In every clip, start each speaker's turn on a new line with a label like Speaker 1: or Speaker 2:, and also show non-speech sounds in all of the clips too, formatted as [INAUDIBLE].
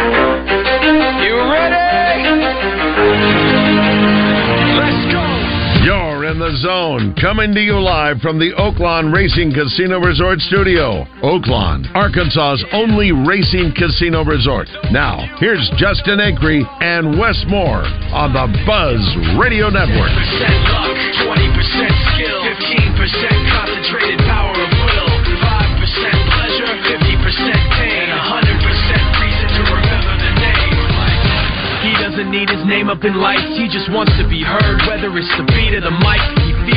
Speaker 1: You ready? Let's go.
Speaker 2: You're in the zone, coming to you live from the Oaklawn Racing Casino Resort Studio. Oaklawn, Arkansas's only racing casino resort. Now, here's Justin Acree and Wes Moore on the Buzz Radio Network.
Speaker 1: 10% luck, 20% skill, 15% concentrated power of will, 5% pleasure, 50% pain, and 100% reason to remember the name. He doesn't need his name up in lights, he just wants to be heard, whether it's the beat or the mic. He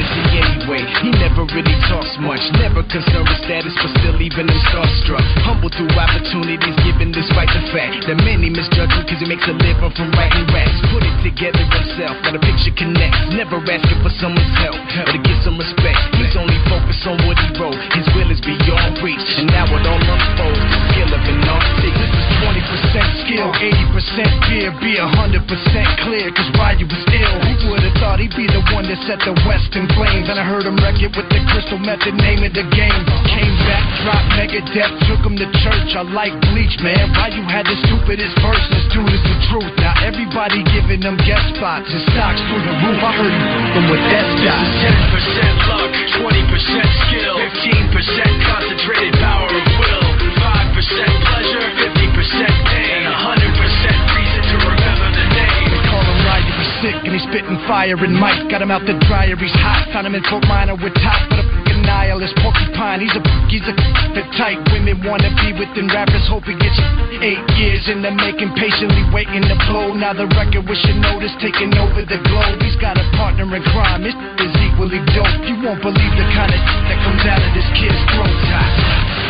Speaker 1: is he anyway? He never really talks much, never concerned with status, but still even him starstruck. Humble through opportunities given despite the fact that many misjudge him because he makes a living from writing raps. Put it together himself, got a picture connects. Never asking for someone's help or to get some respect. He's only focused on what he wrote. His will is beyond reach, and now it all unfolds. The skill of an artist. This is 20% skill, 80% fear, be 100% clear, cause Ryu was ill. Who would've thought he'd be the one that set the West in flames? And I heard him wreck it with the crystal method, name of the game. Came back, dropped mega death, took him to church. I like bleach, man. Ryu had the stupidest verse, this dude is the truth. Now everybody giving them guest spots and stocks through the roof. I heard him from with that stock. 10% luck, 20% skill, 15% concentrated power of will, 5% pleasure, 50% pain, and 100% reason to remember the name. They call him Ryder, he's sick and he's spitting fire and Mike got him out the dryer, he's hot. Found him in Fort Minor with top of the f***ing nihilist porcupine. He's a he's a f***ing type women wanna be within rappers. Hope he gets eight years in the making, patiently waiting to blow. Now the record with your notice taking over the globe. He's got a partner in crime. This is equally dope. You won't believe the kind of that comes out of this kid's throat.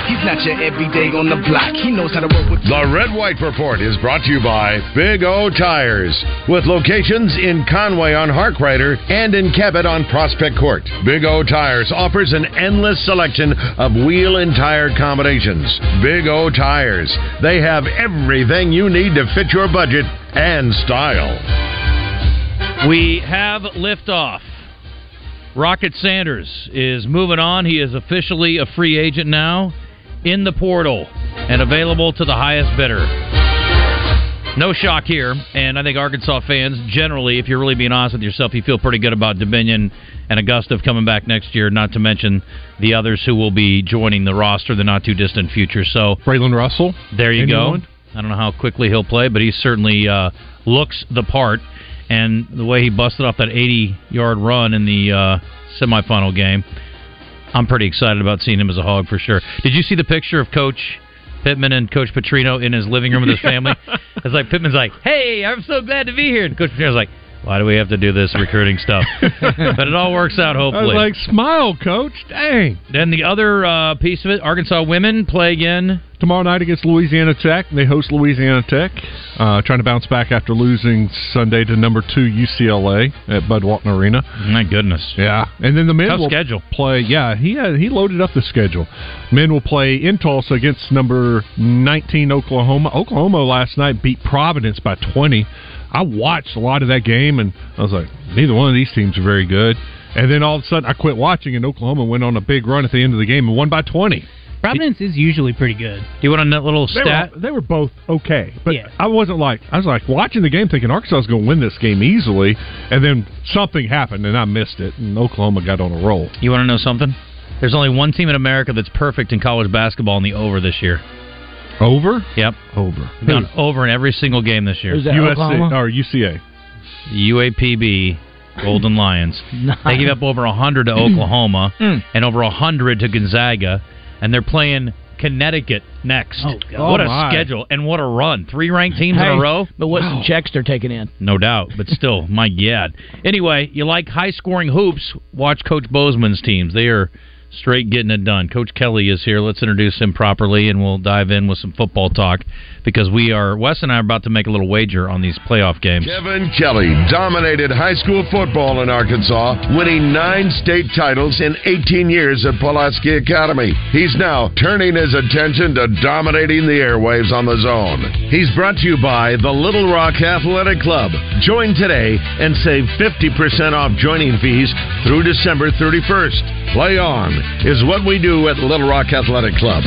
Speaker 1: He's not your everyday on the block. He knows how to work with.
Speaker 2: The Red White Report is brought to you by Big O Tires, with locations in Conway on Harkrider and in Cabot on Prospect Court. Big O Tires offers an endless selection of wheel and tire combinations. Big O Tires, they have everything you need to fit your budget and style.
Speaker 3: We have liftoff. Rocket Sanders is moving on. He is officially a free agent now in the portal and available to the highest bidder. No shock here, and I think Arkansas fans generally, if you're really being honest with yourself, you feel pretty good about Dominion and Augusta coming back next year, not to mention the others who will be joining the roster in the not too distant future. So
Speaker 4: Braylon Russell.
Speaker 3: There you
Speaker 4: And
Speaker 3: go.
Speaker 4: Nolan?
Speaker 3: I don't know how quickly he'll play, but he certainly uh, looks the part. And the way he busted off that 80-yard run in the uh, semifinal game, I'm pretty excited about seeing him as a hog for sure. Did you see the picture of Coach Pittman and Coach Petrino in his living room with his
Speaker 4: [LAUGHS]
Speaker 3: family? it's like Pittman's like, "Hey, I'm so glad to be here," and Coach Petrino's like, "Why do we have to do this
Speaker 4: [LAUGHS]
Speaker 3: recruiting stuff?" but it all works out
Speaker 4: I was
Speaker 3: hopefully.
Speaker 4: like, smile, coach. Dang.
Speaker 3: then the other uh, piece of it, Arkansas women play again.
Speaker 4: Tomorrow night against Louisiana Tech. They host Louisiana Tech, uh, trying to bounce back after losing Sunday to number two UCLA at Budwalton Arena.
Speaker 3: My goodness.
Speaker 4: Yeah, and then the men
Speaker 3: Tough
Speaker 4: will
Speaker 3: schedule.
Speaker 4: play. Yeah, he had, he loaded up the schedule. Men will play in Tulsa against number 19 Oklahoma. Oklahoma last night beat Providence by 20. I watched a lot of that game, and I was like, neither one of these teams are very good. And then all of a sudden, I quit watching, and Oklahoma went on a big run at the end of the game and won by 20.
Speaker 5: Providence is usually pretty good.
Speaker 3: Do you want a little
Speaker 4: They
Speaker 3: stat?
Speaker 4: were, they were both okay, but
Speaker 5: Yeah.
Speaker 4: I wasn't like I was like watching the game thinking Arkansas is going to win this game easily, and then something happened and I missed it, and Oklahoma got on a roll.
Speaker 3: You want to know something? There's only one team in America that's perfect in college basketball in the over this year.
Speaker 4: Over,
Speaker 3: Yep.
Speaker 4: over.
Speaker 3: Gone over in every single game this year.
Speaker 4: USC or UCA.
Speaker 3: UAPB, Golden
Speaker 5: [LAUGHS]
Speaker 3: Lions. They give up over 100 to
Speaker 5: Mm.
Speaker 3: Oklahoma and over 100 to Gonzaga, and they're playing Connecticut next.
Speaker 5: Oh, God.
Speaker 3: What
Speaker 4: Oh,
Speaker 3: a
Speaker 4: my.
Speaker 3: schedule and what a run. Three ranked teams in a
Speaker 5: Hey,
Speaker 3: row?
Speaker 5: But what some checks they're taking in.
Speaker 3: No doubt, but still, my God. Anyway, you like high scoring hoops? Watch Coach Bozeman's teams. They are straight getting it done. Coach Kelly is here. Let's introduce him properly, and we'll dive in with some football talk because we are Wes and I are about to make a little wager on these playoff games.
Speaker 2: Kevin Kelly dominated high school football in Arkansas, winning nine state titles in 18 years at Pulaski Academy. He's now turning his attention to dominating the airwaves on the zone. He's brought to you by the Little Rock Athletic Club. Join today and save 50% off joining fees through December 31st. Play on is what we do at Little Rock Athletic Club.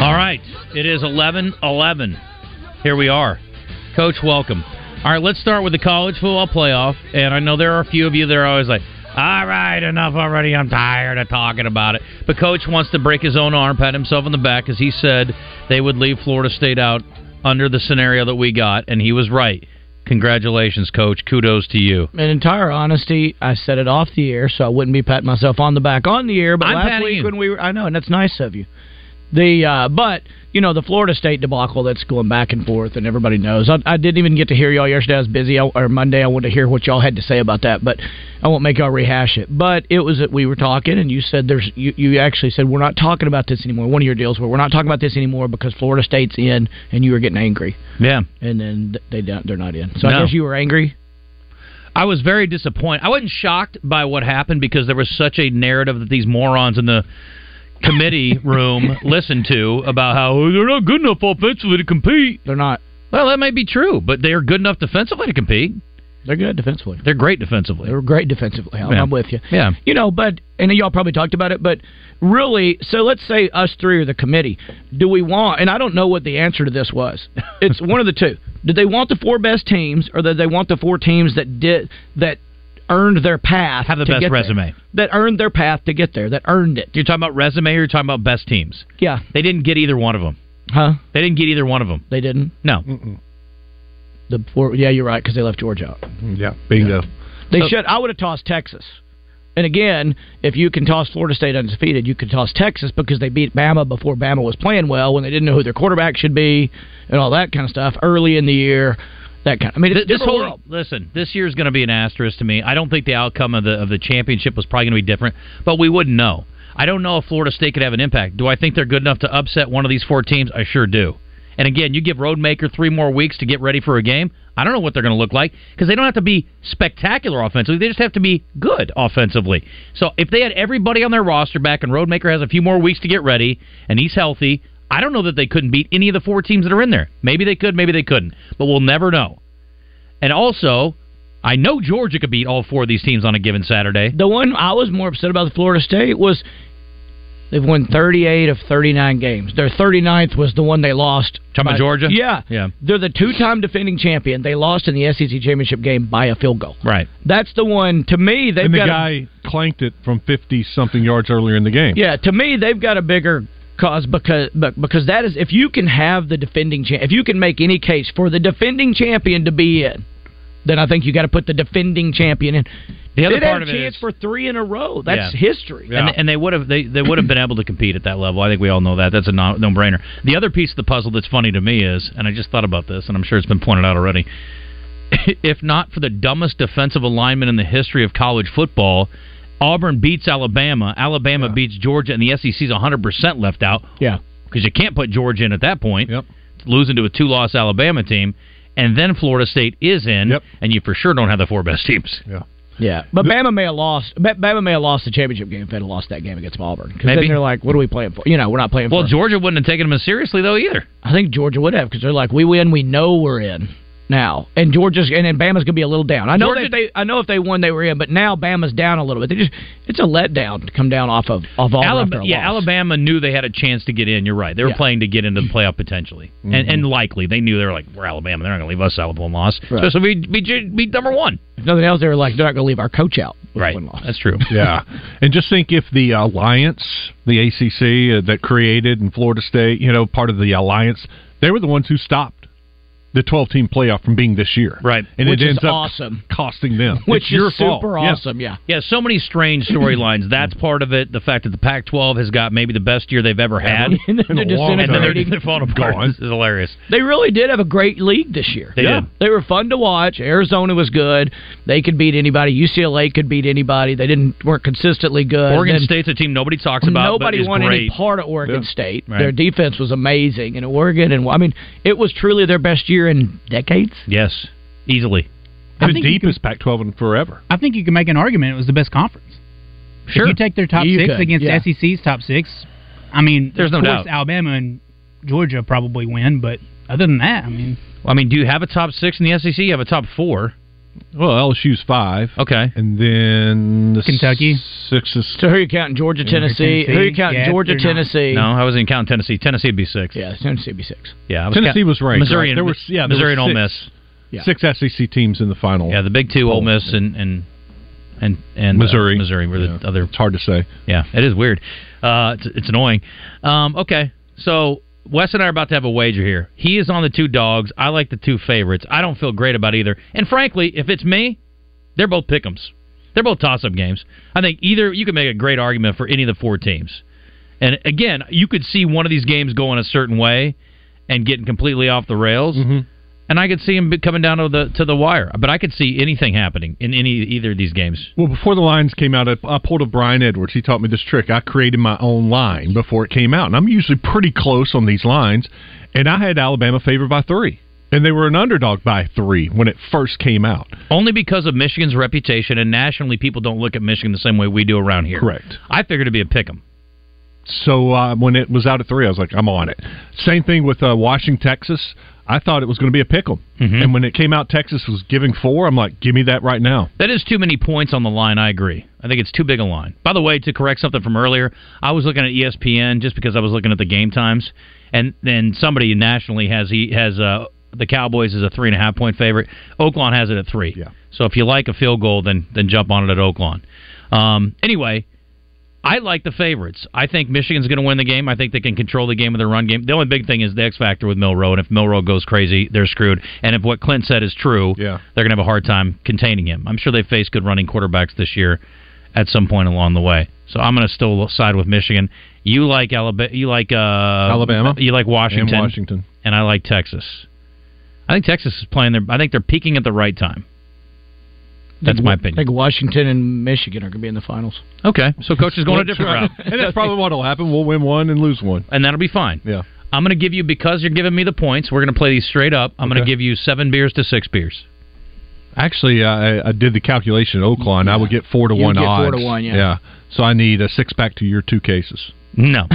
Speaker 3: All right. It is 11 11. Here we are. Coach, welcome. All right, let's start with the college football playoff. And I know there are a few of you that are always like, all right, enough already. I'm tired of talking about it. But Coach wants to break his own arm, pat himself on the back, because he said they would leave Florida State out under the scenario that we got. And he was right. Congratulations, Coach. Kudos to you.
Speaker 5: In entire honesty, I said it off the air, so I wouldn't be patting myself on the back on the air. But
Speaker 3: I'm
Speaker 5: last
Speaker 3: patting
Speaker 5: week
Speaker 3: you.
Speaker 5: when we were, I know, and that's nice of you. The uh, but you know the Florida State debacle that's going back and forth, and everybody knows. I, I didn't even get to hear y'all yesterday. I was busy, I, or Monday. I wanted to hear what y'all had to say about that, but I won't make y'all rehash it. But it was that we were talking, and you said there's you, you actually said we're not talking about this anymore. One of your deals where we're not talking about this anymore because Florida State's in, and you were getting angry,
Speaker 3: Yeah.
Speaker 5: and then th- they don't, they're not in. So I
Speaker 3: No.
Speaker 5: guess you were angry.
Speaker 3: I was very disappointed. I wasn't shocked by what happened because there was such a narrative that these morons in the
Speaker 5: [LAUGHS]
Speaker 3: committee room listened to about how "Oh, they're not good enough offensively to compete.
Speaker 5: They're not.
Speaker 3: Well, that may be true, but they are good enough defensively to compete.
Speaker 5: They're good defensively.
Speaker 3: They're great defensively.
Speaker 5: They were great defensively. I'm,
Speaker 3: Yeah.
Speaker 5: I'm with you.
Speaker 3: Yeah.
Speaker 5: You know, but and y'all probably talked about it, but really, so let's say us three are the committee. Do we want? And I don't know what the answer to this was. [LAUGHS] It's one of the two. Did they want the four best teams, or did they want the four teams that did that earned their path?
Speaker 3: Have the
Speaker 5: to
Speaker 3: best
Speaker 5: get there?
Speaker 3: resume.
Speaker 5: That earned their path to get there. That earned it.
Speaker 3: You're talking about resume or you're talking about best teams?
Speaker 5: Yeah.
Speaker 3: They didn't get either one of them.
Speaker 5: Huh?
Speaker 3: They didn't get either one of them.
Speaker 5: They didn't.
Speaker 3: No.
Speaker 5: The four. Yeah, you're right because they left Georgia out.
Speaker 4: Mm-hmm. Yeah, bingo.
Speaker 5: They should. I would have tossed Texas. And again, if you can toss Florida State undefeated, you could toss Texas because they beat Bama before Bama was playing well when they didn't know who their quarterback should be and all that kind of stuff early in the year. That kind. I mean, it's
Speaker 3: Th- this
Speaker 5: different
Speaker 3: whole
Speaker 5: world.
Speaker 3: listen, this year is going to be an asterisk to me. I don't think the outcome of the of the championship was probably going to be different, but we wouldn't know. I don't know if Florida State could have an impact. Do I think they're good enough to upset one of these four teams? I sure do. And again, you give Roadmaker three more weeks to get ready for a game. I don't know what they're going to look like because they don't have to be spectacular offensively. They just have to be good offensively. So if they had everybody on their roster back and Roadmaker has a few more weeks to get ready and he's healthy, I don't know that they couldn't beat any of the four teams that are in there. Maybe they could, maybe they couldn't, but we'll never know. And also, I know Georgia could beat all four of these teams on a given Saturday.
Speaker 5: The one I was more upset about the Florida State was they've won 38 of 39 games. Their 39th was the one they lost.
Speaker 3: Talking
Speaker 5: by-
Speaker 3: about Georgia?
Speaker 5: uh, Yeah.
Speaker 3: Yeah.
Speaker 5: They're the two-time defending champion. They lost in the SEC championship game by a field goal.
Speaker 3: Right.
Speaker 5: That's the one. To me, they've
Speaker 4: And the
Speaker 5: got a-
Speaker 4: guy clanked it from 50 something yards earlier in the game.
Speaker 5: Yeah, to me, they've got a bigger cause because but because that is if you can have the defending champ, if you can make any case for the defending champion to be in, then I think you got to put the defending champion in.
Speaker 3: The other
Speaker 5: They'd
Speaker 3: part
Speaker 5: had
Speaker 3: of
Speaker 5: a
Speaker 3: it
Speaker 5: chance
Speaker 3: is-
Speaker 5: for three in a row. That's
Speaker 3: Yeah.
Speaker 5: history.
Speaker 4: Yeah.
Speaker 3: And, and they would have they, they would have been able to compete at that level. I think we all know that. That's a no brainer. The other piece of the puzzle that's funny to me is, and I just thought about this, and I'm sure it's been pointed out already. [LAUGHS] If not for the dumbest defensive alignment in the history of college football, Auburn beats Alabama. Alabama beats Georgia, and the E SEC's 100% left out.
Speaker 5: Yeah.
Speaker 3: because you can't put Georgia in at that point.
Speaker 4: Yep.
Speaker 3: Losing to a two-loss Alabama team, and then Florida State is in,
Speaker 4: Yep.
Speaker 3: and you for sure don't have the four best teams.
Speaker 5: Yeah, but Bama may have lost. Ba- Bama may have lost the championship game if they'd have lost that game against Auburn. Because
Speaker 3: Maybe.
Speaker 5: then they're like, "What are we playing for?" You know, we're not playing
Speaker 3: Well,
Speaker 5: for.
Speaker 3: Georgia wouldn't have taken them as seriously though either.
Speaker 5: I think Georgia would have because they're like, "We win, we know we're in." Now and Georgia's and then Bama's gonna be a little down. I know
Speaker 3: Georgia-
Speaker 5: that they I know if they won they were in, but now Bama's down a little bit. They just it's a letdown to come down off of off all
Speaker 3: Alabama, yeah, Alabama knew they had a chance to get in. You're right. They were
Speaker 5: Yeah. Mm-hmm.
Speaker 3: playing to get into the playoff potentially, and, and likely they knew they were like, we're Alabama. They're not going to leave us out with one loss,
Speaker 5: Right.
Speaker 3: especially we be, be, be number one.
Speaker 5: If nothing else, they were like they're not gonna leave our coach out. with
Speaker 3: Right.
Speaker 5: one loss.
Speaker 3: That's true.
Speaker 4: [LAUGHS] Yeah, and just think if the alliance, the ACC uh, that created and Florida State, you know, part of the alliance, they were the ones who stopped the 12 team playoff from being this year. Right. And
Speaker 5: Which
Speaker 4: it
Speaker 5: is
Speaker 4: ends up
Speaker 5: awesome.
Speaker 3: [LAUGHS]
Speaker 4: costing them.
Speaker 5: Which
Speaker 4: It's
Speaker 5: is
Speaker 4: your fault.
Speaker 5: super
Speaker 4: Yeah.
Speaker 5: awesome. Yeah. Mm-hmm.
Speaker 3: Yeah, so many strange storylines. That's part of it. The fact that the Pac-12 has got maybe the best year they've ever had,
Speaker 5: [LAUGHS]
Speaker 3: and
Speaker 5: And then they're
Speaker 3: then they're, [LAUGHS]
Speaker 5: disintegrating.
Speaker 3: they're falling apart.
Speaker 5: Gone.
Speaker 3: This is hilarious.
Speaker 5: They really did have a great league this year.
Speaker 3: They Yeah. did.
Speaker 5: They were fun to watch. Arizona was good. They could beat anybody. UCLA could beat anybody. They didn't weren't consistently good.
Speaker 3: Oregon
Speaker 5: Uh, Then
Speaker 3: State's a team nobody talks about.
Speaker 5: Nobody
Speaker 3: but is
Speaker 5: won
Speaker 3: great.
Speaker 5: any part of Oregon State.
Speaker 3: Right.
Speaker 5: Their defense was amazing, and Oregon and I mean, it was truly their best year in decades.
Speaker 3: Yes, easily.
Speaker 6: I
Speaker 4: The
Speaker 6: think you
Speaker 4: deepest Pac-12 in forever.
Speaker 6: I think you can make an argument it was the best conference.
Speaker 4: Sure.
Speaker 6: If you take their top
Speaker 4: You
Speaker 6: six
Speaker 4: could,
Speaker 6: against
Speaker 4: yeah.
Speaker 6: SEC's top six, I mean,
Speaker 3: There's
Speaker 6: of
Speaker 3: no
Speaker 6: course,
Speaker 3: doubt.
Speaker 6: Alabama and Georgia probably win, but other than that, I mean,
Speaker 3: I mean, do you have a top six in the SEC? You have a top four.
Speaker 4: Well, LSU's five.
Speaker 3: Okay.
Speaker 4: And then the Kentucky. Six is.
Speaker 5: So who are you counting? Georgia, Tennessee. Who are you counting? Georgia, Tennessee.
Speaker 3: No, I wasn't even counting Tennessee. Tennessee would be six.
Speaker 5: Yeah, Tennessee would be six.
Speaker 3: Yeah, I
Speaker 4: Tennessee
Speaker 3: count-
Speaker 4: was ranked.
Speaker 3: Missouri
Speaker 4: right?
Speaker 3: and
Speaker 4: There was- yeah, there
Speaker 3: Missouri
Speaker 4: was
Speaker 3: and Ole
Speaker 4: six.
Speaker 3: Miss.
Speaker 5: Yeah.
Speaker 4: Six SEC teams in the final.
Speaker 3: Yeah, the big two, Ole Miss and and and, and uh,
Speaker 4: Missouri.
Speaker 3: Missouri were the other. It's
Speaker 4: hard to say.
Speaker 3: Yeah, it is weird. Uh, it's, it's annoying. Um, okay, so Wes and I are about to have a wager here. He is on the two dogs. I like the two favorites. I don't feel great about either. And frankly, if it's me, they're both pickems. They're both toss-up games. I think either you can make a great argument for any of the four teams. And again, you could see one of these games going a certain way and getting completely off the rails. And I could see him coming down to the to the wire, but I could see anything happening in any either of these games.
Speaker 4: Well, before the lines came out, I, I pulled a Brian Edwards. He taught me this trick. I created my own line before it came out, and I'm usually pretty close on these lines. And I had Alabama favored by three, and they were an underdog by three when it first came out.
Speaker 3: Only because of Michigan's reputation and nationally, people don't look at Michigan the same way we do around here. Correct. I figured it'd be a pick 'em.
Speaker 4: So uh, when it was out at three, I was like, I'm on it. Same thing with uh, Washington, Texas. I thought it was going to be a pickle,
Speaker 3: Mm-hmm.
Speaker 4: and when it came out, Texas was giving four. I'm like, give me that right now.
Speaker 3: That is too many points on the line. I agree. I think it's too big a line. By the way, to correct something from earlier, I was looking at E ESPN just because I was looking at the game times, and then somebody nationally has he has uh, the Cowboys as a three and a half point favorite. Oaklawn has it at three. Yeah. So if you like a field goal, then then jump on it at Oaklawn. Um, anyway, I like the favorites. I think Michigan's going to win the game. I think they can control the game with their run game. The only big thing is the X factor with Milrow, and if Milrow goes crazy, they're screwed. And if what Clint said is true, yeah. they're going to have a hard time containing him. I'm sure they face good running quarterbacks this year at some point along the way. So I'm going to still side with Michigan. You like Alabama? You like uh,
Speaker 4: Alabama.
Speaker 3: You like Washington?
Speaker 4: And Washington.
Speaker 3: And I like Texas. I think Texas is playing their. I think they're peaking at the right time. That's my
Speaker 5: I
Speaker 3: opinion.
Speaker 5: think Washington and Michigan are going to be in the finals.
Speaker 3: Okay, so coach is going a different route.
Speaker 4: [LAUGHS] and that's
Speaker 3: [LAUGHS]
Speaker 4: probably what'll happen. We'll win one and lose one.
Speaker 3: and that'll be fine.
Speaker 4: Yeah.
Speaker 3: I'm going to give you because you're giving me the points. We're going to play these straight up. I'm going
Speaker 4: Okay.
Speaker 3: to give you seven beers to six beers.
Speaker 4: Actually, uh, I, I did the calculation. at Oakland, I would get four to
Speaker 3: You would
Speaker 4: one
Speaker 3: get
Speaker 4: odds.
Speaker 3: four to one, yeah.
Speaker 4: Yeah. So I need a six pack to your two cases.
Speaker 3: No,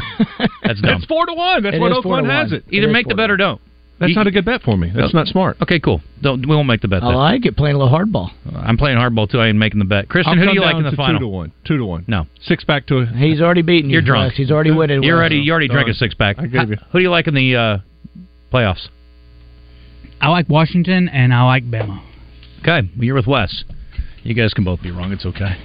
Speaker 3: that's dumb.
Speaker 4: That's four to one. That's
Speaker 3: It
Speaker 4: what
Speaker 3: is four
Speaker 4: Oakland
Speaker 3: to
Speaker 4: has
Speaker 3: one.
Speaker 4: it.
Speaker 3: Either It is make the four to bet or don't.
Speaker 4: [LAUGHS] That's
Speaker 3: You-
Speaker 4: not a good bet for me. That's not smart.
Speaker 3: Okay, cool. Don't we won't make the bet.
Speaker 5: I
Speaker 3: then.
Speaker 5: like it playing a little hardball.
Speaker 3: I'm playing hardball too. I ain't making the bet. Christian,
Speaker 5: I'll
Speaker 3: who do
Speaker 5: come
Speaker 3: you like
Speaker 5: down
Speaker 3: in the
Speaker 5: to two
Speaker 3: final?
Speaker 5: to
Speaker 4: one. Two to one.
Speaker 3: No.
Speaker 4: Six pack to.
Speaker 5: He's already beaten you.
Speaker 3: You're drunk.
Speaker 5: Wes. He's already winning.
Speaker 3: You
Speaker 5: Wes.
Speaker 3: already you already drank
Speaker 6: Sorry.
Speaker 3: a six pack.
Speaker 6: I gave you.
Speaker 3: Who do you like in the uh, playoffs?
Speaker 6: I like Washington and I like Bama.
Speaker 3: Okay, well, you're with Wes. You guys can both be wrong. It's okay.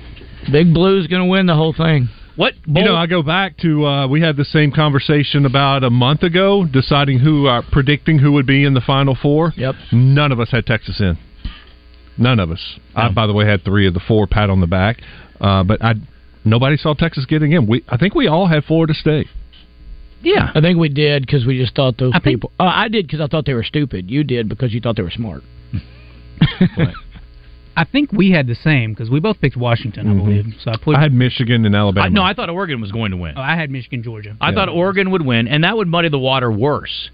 Speaker 5: Big Blue's going to win the whole thing.
Speaker 3: What?
Speaker 4: You know, I go back to uh, we had the same conversation about a month ago, deciding who uh, predicting who would be in the final four. Yep. None of us had Texas in. None of us. I, by the way, had three of the four. Pat on the back, uh, but I nobody saw Texas getting in. We I think we all had Florida State.
Speaker 3: Yeah,
Speaker 5: I think we did because we just thought those people. uh, I did because I thought they were stupid. You did because you thought they were smart.
Speaker 6: I think we had the same because we both picked Washington, I believe. So I put.
Speaker 4: Mm-hmm. I had Michigan and Alabama.
Speaker 3: I, no, I thought Oregon was going to win.
Speaker 6: oh, I had Michigan, Georgia.
Speaker 3: I thought Oregon would win, and that would muddy the water worse.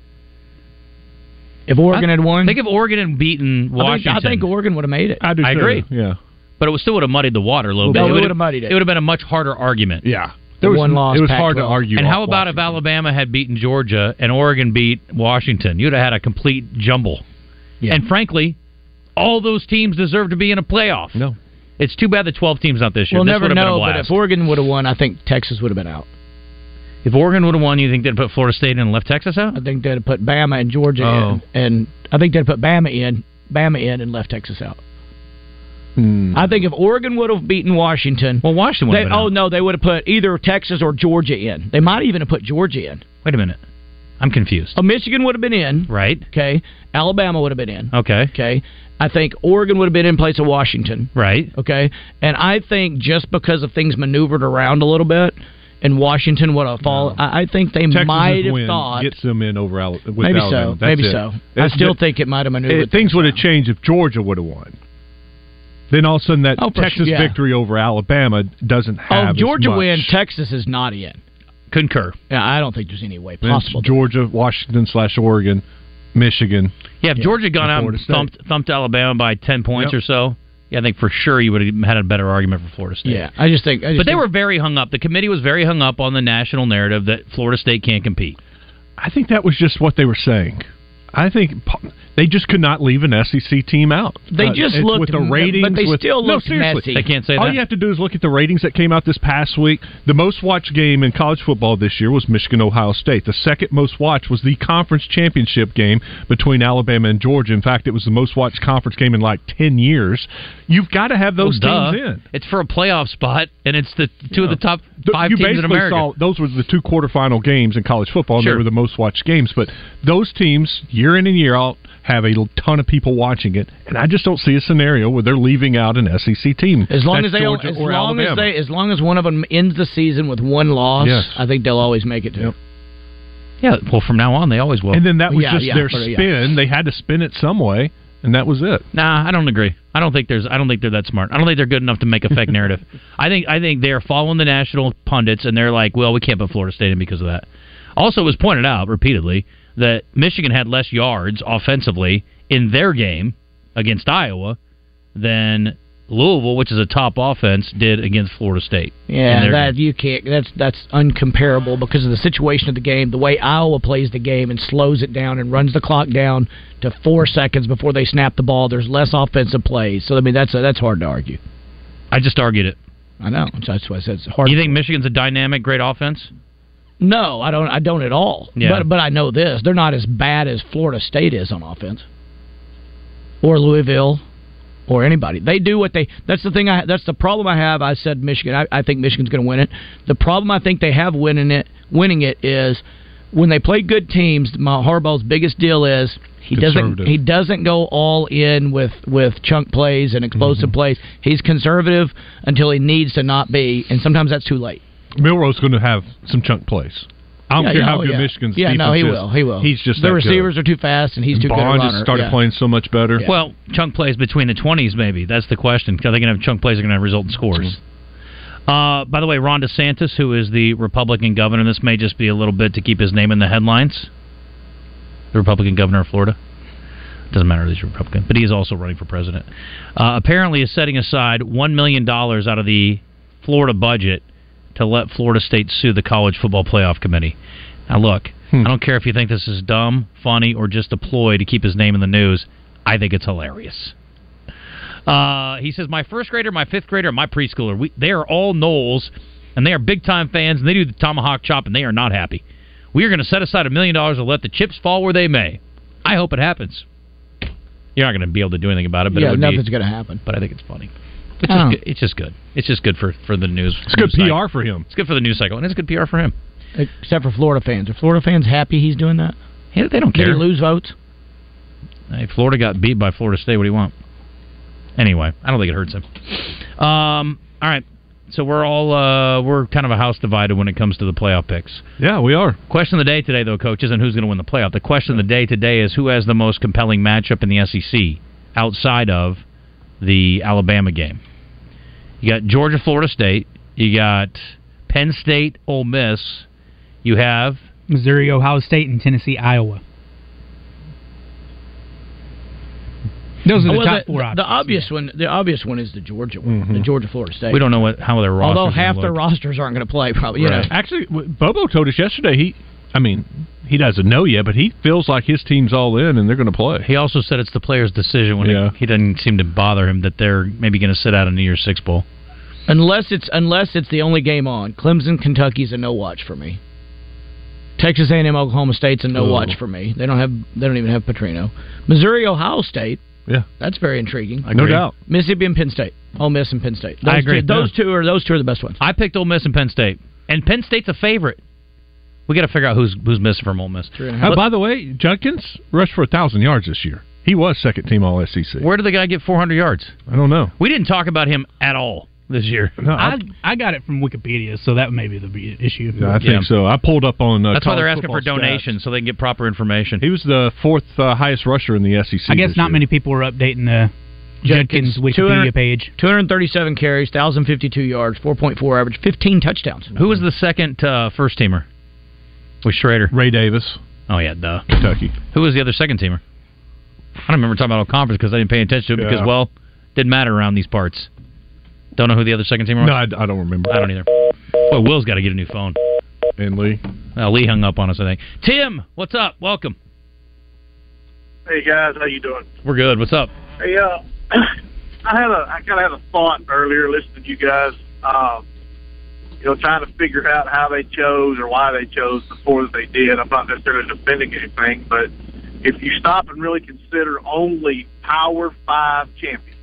Speaker 5: If Oregon had won,
Speaker 3: think if Oregon had beaten
Speaker 5: I think,
Speaker 3: Washington,
Speaker 5: I think Oregon would have made it.
Speaker 4: I do.
Speaker 3: I agree.
Speaker 4: Yeah,
Speaker 3: but it would still would have muddied the water a little
Speaker 5: No,
Speaker 3: bit.
Speaker 5: it
Speaker 3: would've-
Speaker 5: would've muddied it.
Speaker 3: It would have been a much harder argument.
Speaker 4: Yeah,
Speaker 5: There was- One loss
Speaker 4: it was hard to
Speaker 5: Pac-12.
Speaker 4: argue
Speaker 3: And
Speaker 4: off
Speaker 3: how about if Alabama had beaten Georgia and Oregon beat Washington? You'd have had a complete jumble. And frankly, all those teams deserve to be in a playoff.
Speaker 4: No,
Speaker 3: it's too bad the twelve teams not this year.
Speaker 5: We'll
Speaker 3: this
Speaker 5: never
Speaker 3: would've
Speaker 5: know.
Speaker 3: Been a
Speaker 5: But
Speaker 3: blast.
Speaker 5: if Oregon would have won, I think Texas would have been out.
Speaker 3: If Oregon would have won, you think they'd put Florida State in and left Texas out?
Speaker 5: I think they'd have put Bama and Georgia
Speaker 3: Oh.
Speaker 5: in, and I think they'd put Bama in, Bama in, and left Texas out. I think if Hmm. Oregon would have beaten Washington,
Speaker 3: well, Washington
Speaker 5: they,
Speaker 3: would've been
Speaker 5: oh
Speaker 3: out.
Speaker 5: no, they would have put either Texas or Georgia in. They might even have put Georgia in.
Speaker 3: Wait a minute. I'm confused.
Speaker 5: Uh, Michigan would have been in.
Speaker 3: Right.
Speaker 5: Okay. Alabama would have been in.
Speaker 3: Okay.
Speaker 5: Okay. I think Oregon would have been in place of Washington.
Speaker 3: Right.
Speaker 5: Okay. And I think just because of things maneuvered around a little bit, and Washington would have fallen. I I think they
Speaker 4: Texas
Speaker 5: might have
Speaker 4: win
Speaker 5: thought.
Speaker 4: gets them in over Al- with
Speaker 5: Maybe
Speaker 4: Alabama.
Speaker 5: so.
Speaker 4: That's
Speaker 5: maybe
Speaker 4: it.
Speaker 5: so. I
Speaker 4: That's-
Speaker 5: still
Speaker 4: that-
Speaker 5: think it might have maneuvered.
Speaker 4: it- things would have changed if Georgia would have won. Then all of a sudden, that
Speaker 5: Oh, for
Speaker 4: Texas
Speaker 5: sure, yeah.
Speaker 4: victory over Alabama doesn't have.
Speaker 5: oh,
Speaker 4: as
Speaker 5: Georgia
Speaker 4: much.
Speaker 5: win. Texas is not in.
Speaker 3: Concur.
Speaker 5: Yeah, I don't think there's any way
Speaker 4: It's
Speaker 5: possible.
Speaker 4: Georgia, Washington slash Oregon, Michigan.
Speaker 3: Yeah, if Georgia had gone out and thumped, thumped Alabama by 10 points or so, yeah, I think for sure you would have had a better argument for Florida State.
Speaker 5: Yeah, I just think. I just
Speaker 3: but they
Speaker 5: think-
Speaker 3: were very hung up. The committee was very hung up on the national narrative that Florida State can't compete.
Speaker 4: I think that was just what they were saying. I think p- they just could not leave an SEC team out. Uh,
Speaker 5: They just
Speaker 4: it-
Speaker 5: looked
Speaker 4: with the
Speaker 5: m- but
Speaker 4: ratings.
Speaker 5: they
Speaker 4: with-
Speaker 5: still
Speaker 4: no,
Speaker 5: looked
Speaker 4: seriously.
Speaker 5: messy. They can't say
Speaker 4: All
Speaker 5: that.
Speaker 4: you have to do is look at the ratings that came out this past week. The most watched game in college football this year was Michigan Ohio State. The second most watched was the conference championship game between Alabama and Georgia. In fact, it was the most watched conference game in like ten years. You've got to have those
Speaker 3: Well,
Speaker 4: teams
Speaker 3: duh.
Speaker 4: in.
Speaker 3: It's for a playoff spot, and it's the two of the top
Speaker 4: Th-
Speaker 3: five
Speaker 4: you
Speaker 3: teams in
Speaker 4: basically
Speaker 3: America.
Speaker 4: saw those were the two quarterfinal games in college football, and
Speaker 3: Sure.
Speaker 4: they were the most watched games. But those teams, year in and year out, have a l- ton of people watching it, and I just don't see a scenario where they're leaving out an SEC team.
Speaker 5: As long
Speaker 4: That's
Speaker 5: as they,
Speaker 4: Georgia
Speaker 5: as
Speaker 4: or
Speaker 5: long
Speaker 4: Alabama.
Speaker 5: as they, as long as one of them ends the season with one loss,
Speaker 4: Yes.
Speaker 5: I think they'll always make it to.
Speaker 3: Yeah, well, from now on, they always will.
Speaker 4: and then that was
Speaker 5: Yeah,
Speaker 4: just
Speaker 5: yeah,
Speaker 4: their
Speaker 5: but, yeah.
Speaker 4: spin. They had to spin it some way, and that was it.
Speaker 3: Nah, I don't agree. I don't think there's. I don't think they're that smart. I don't think they're good enough to make
Speaker 4: [LAUGHS]
Speaker 3: a fake narrative. I think. I think they're following the national pundits, and they're like, well, we can't put Florida State in because of that. Also, it was pointed out repeatedly that Michigan had less yards offensively in their game against Iowa than Louisville, which is a top offense, did against Florida State. in
Speaker 5: Yeah,
Speaker 3: their
Speaker 5: that you can't. That's that's uncomparable because of the situation of the game, the way Iowa plays the game and slows it down and runs the clock down to four seconds before they snap the ball. There's less offensive plays, so I mean that's that's hard to argue.
Speaker 3: I just argued it.
Speaker 5: I know that's why I said it's hard.
Speaker 3: You think Michigan's a dynamic, great offense?
Speaker 5: No, I don't. I don't at all.
Speaker 3: Yeah.
Speaker 5: But but I know this: they're not as bad as Florida State is on offense, or Louisville, or anybody. They do what they. That's the thing. I that's the problem I have. I said Michigan. I, I think Michigan's going to win it. The problem I think they have winning it. Winning it is when they play good teams. My Harbaugh's biggest deal is he doesn't
Speaker 4: Conservative.
Speaker 5: he doesn't go all in with with chunk plays and explosive
Speaker 4: Mm-hmm.
Speaker 5: plays. He's conservative until he needs to not be, and sometimes that's too late.
Speaker 4: Milrose's going to have some chunk plays. I don't
Speaker 5: Yeah,
Speaker 4: care
Speaker 5: yeah,
Speaker 4: how
Speaker 5: oh,
Speaker 4: good
Speaker 5: yeah.
Speaker 4: Michigan's
Speaker 5: Yeah,
Speaker 4: defense
Speaker 5: no, he
Speaker 4: is.
Speaker 5: will. He will.
Speaker 4: He's just
Speaker 5: the
Speaker 4: that
Speaker 5: receivers are too fast, and he's too good.
Speaker 4: Bond
Speaker 5: a
Speaker 4: has
Speaker 5: runner.
Speaker 4: started
Speaker 5: Yeah.
Speaker 4: playing so much better.
Speaker 3: Well, chunk plays between the twenties, maybe that's the question. Because they're going to have chunk plays that are going to result in scores. Uh, by the way, Ron DeSantis, who is the Republican governor, this may just be a little bit to keep his name in the headlines. The Republican governor of Florida doesn't matter that he's Republican, but he is also running for president. Uh, apparently, is setting aside one million dollars out of the Florida budget to let Florida State sue the College Football Playoff Committee. Now, look,
Speaker 4: Hmm.
Speaker 3: I don't care if you think this is dumb, funny, or just a ploy to keep his name in the news. I think it's hilarious. Uh, he says, "My first grader, my fifth grader, and my preschooler, we, they are all Knowles, and they are big time fans, and they do the tomahawk chop, and they are not happy. We are going to set aside a million dollars and let the chips fall where they may. I hope it happens. You're not going to be able to do anything about it, but it
Speaker 5: yeah,
Speaker 3: would
Speaker 5: nothing's
Speaker 3: be,
Speaker 5: going to happen.
Speaker 3: But I think it's funny. It's
Speaker 5: I
Speaker 3: just,
Speaker 5: don't
Speaker 3: good. it's just good. It's just good for for the news.
Speaker 4: Oh. It's good
Speaker 3: news cycle.
Speaker 4: PR for him.
Speaker 3: It's good for the news cycle, and it's good PR for him.
Speaker 5: know. Except for Florida fans. Are Florida fans happy he's doing that?
Speaker 3: Yeah, they don't
Speaker 5: Did he
Speaker 3: care.
Speaker 5: lose votes?
Speaker 3: Hey, Florida got beat by Florida State. What do you want? Anyway, I don't think it hurts him. Um, all right. So we're all uh, we're kind of a house divided when it comes to the playoff picks.
Speaker 4: Yeah, we are.
Speaker 3: Question of the day today, though, coach, isn't who's going to win the playoff. The question of the day today is who has the most compelling matchup in the SEC outside of the Alabama game. You got Georgia, Florida State. You got Penn State, Ole Miss. You have
Speaker 6: Missouri, Ohio State, and Tennessee, Iowa. Those are the
Speaker 5: Well,
Speaker 6: top
Speaker 5: Oh, the,
Speaker 6: four options.
Speaker 5: the obvious one. The obvious one is the Georgia one. The Georgia Florida State.
Speaker 3: we don't know what how their roster.
Speaker 5: Although half their rosters aren't going to play, probably. You know.
Speaker 4: Actually, w- Bobo told us yesterday. He, I mean, he doesn't know yet, but he feels like his team's all in and they're going to play.
Speaker 3: He also said it's the player's decision when
Speaker 4: Yeah.
Speaker 3: he, he doesn't seem to bother him that they're maybe going to sit out a New Year's Six bowl.
Speaker 5: Unless it's unless it's the only game on. Clemson, Kentucky's a no watch for me. Texas A&M, Oklahoma State's a no
Speaker 4: Ooh.
Speaker 5: watch for me. They don't have they don't even have Petrino. Missouri, Ohio State.
Speaker 4: Yeah.
Speaker 5: that's very intriguing.
Speaker 4: no
Speaker 3: Agreed.
Speaker 4: doubt.
Speaker 5: Mississippi and Penn State. Ole Miss and Penn State. Those
Speaker 3: I agree.
Speaker 5: Two, those two are those two are the best ones.
Speaker 3: I picked Ole Miss and Penn State, and Penn State's a favorite. We got to figure out who's who's missing from Ole Miss.
Speaker 4: Uh, by the way, Judkins rushed for a thousand yards this year. He was second team All E SEC.
Speaker 3: Where did the guy get 400 yards?
Speaker 4: I don't know.
Speaker 3: We didn't talk about him at all this year.
Speaker 6: I, I got it from Wikipedia, so that may be the be- issue.
Speaker 4: I think so. I pulled up on. Uh,
Speaker 3: That's why
Speaker 4: college
Speaker 3: they're asking
Speaker 4: football
Speaker 3: for donations so they can get proper information.
Speaker 4: stats. He was the fourth uh, highest rusher in the SEC.
Speaker 6: I guess
Speaker 4: this
Speaker 6: not
Speaker 4: year.
Speaker 6: many people were updating the Judkins Wikipedia
Speaker 5: 200
Speaker 6: page.
Speaker 5: 237 carries, 1,052 yards, 4.4 average, 15 touchdowns.
Speaker 3: Who was the second uh, first teamer? Was Schrader?
Speaker 4: Ray Davis,
Speaker 3: Oh yeah, duh.
Speaker 4: Kentucky.
Speaker 3: Who was the other second teamer? I don't remember talking about a conference because I didn't pay attention to it
Speaker 4: Yeah.
Speaker 3: because well, didn't matter around these parts. Don't know who the other second teamer was.
Speaker 4: No, I, I don't remember.
Speaker 3: I don't either. Boy, Will's got to get a new phone.
Speaker 4: And Lee.
Speaker 3: Uh, Lee hung up on us, I think. Tim, what's up? Welcome.
Speaker 7: Hey guys, how you doing?
Speaker 3: We're good. What's up?
Speaker 7: Hey, uh, [CLEARS THROAT] I had a I kind of had a thought earlier listening to you guys. Um, you know, trying to figure out how they chose or why they chose the four that they did. I'm not necessarily defending anything, but if you stop and really consider only Power Five champions,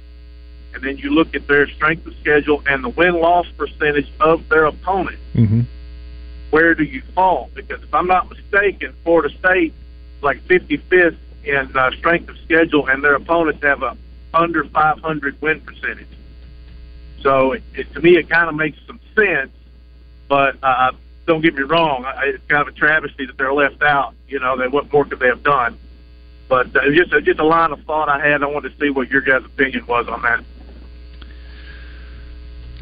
Speaker 7: and then you look at their strength of schedule and the win loss percentage of their opponent
Speaker 4: Mm-hmm.
Speaker 7: where do you fall? Because if I'm not mistaken, Florida State is like 55th in uh, strength of schedule, and their opponents have a under 500 win percentage. So it, it, to me, it kind of makes some sense. But uh, don't get me wrong, I, it's kind of a travesty that they're left out. You know, that what more could they have done? But uh, it was just a, just a line of thought I had. I wanted to see what your guys' opinion was on that.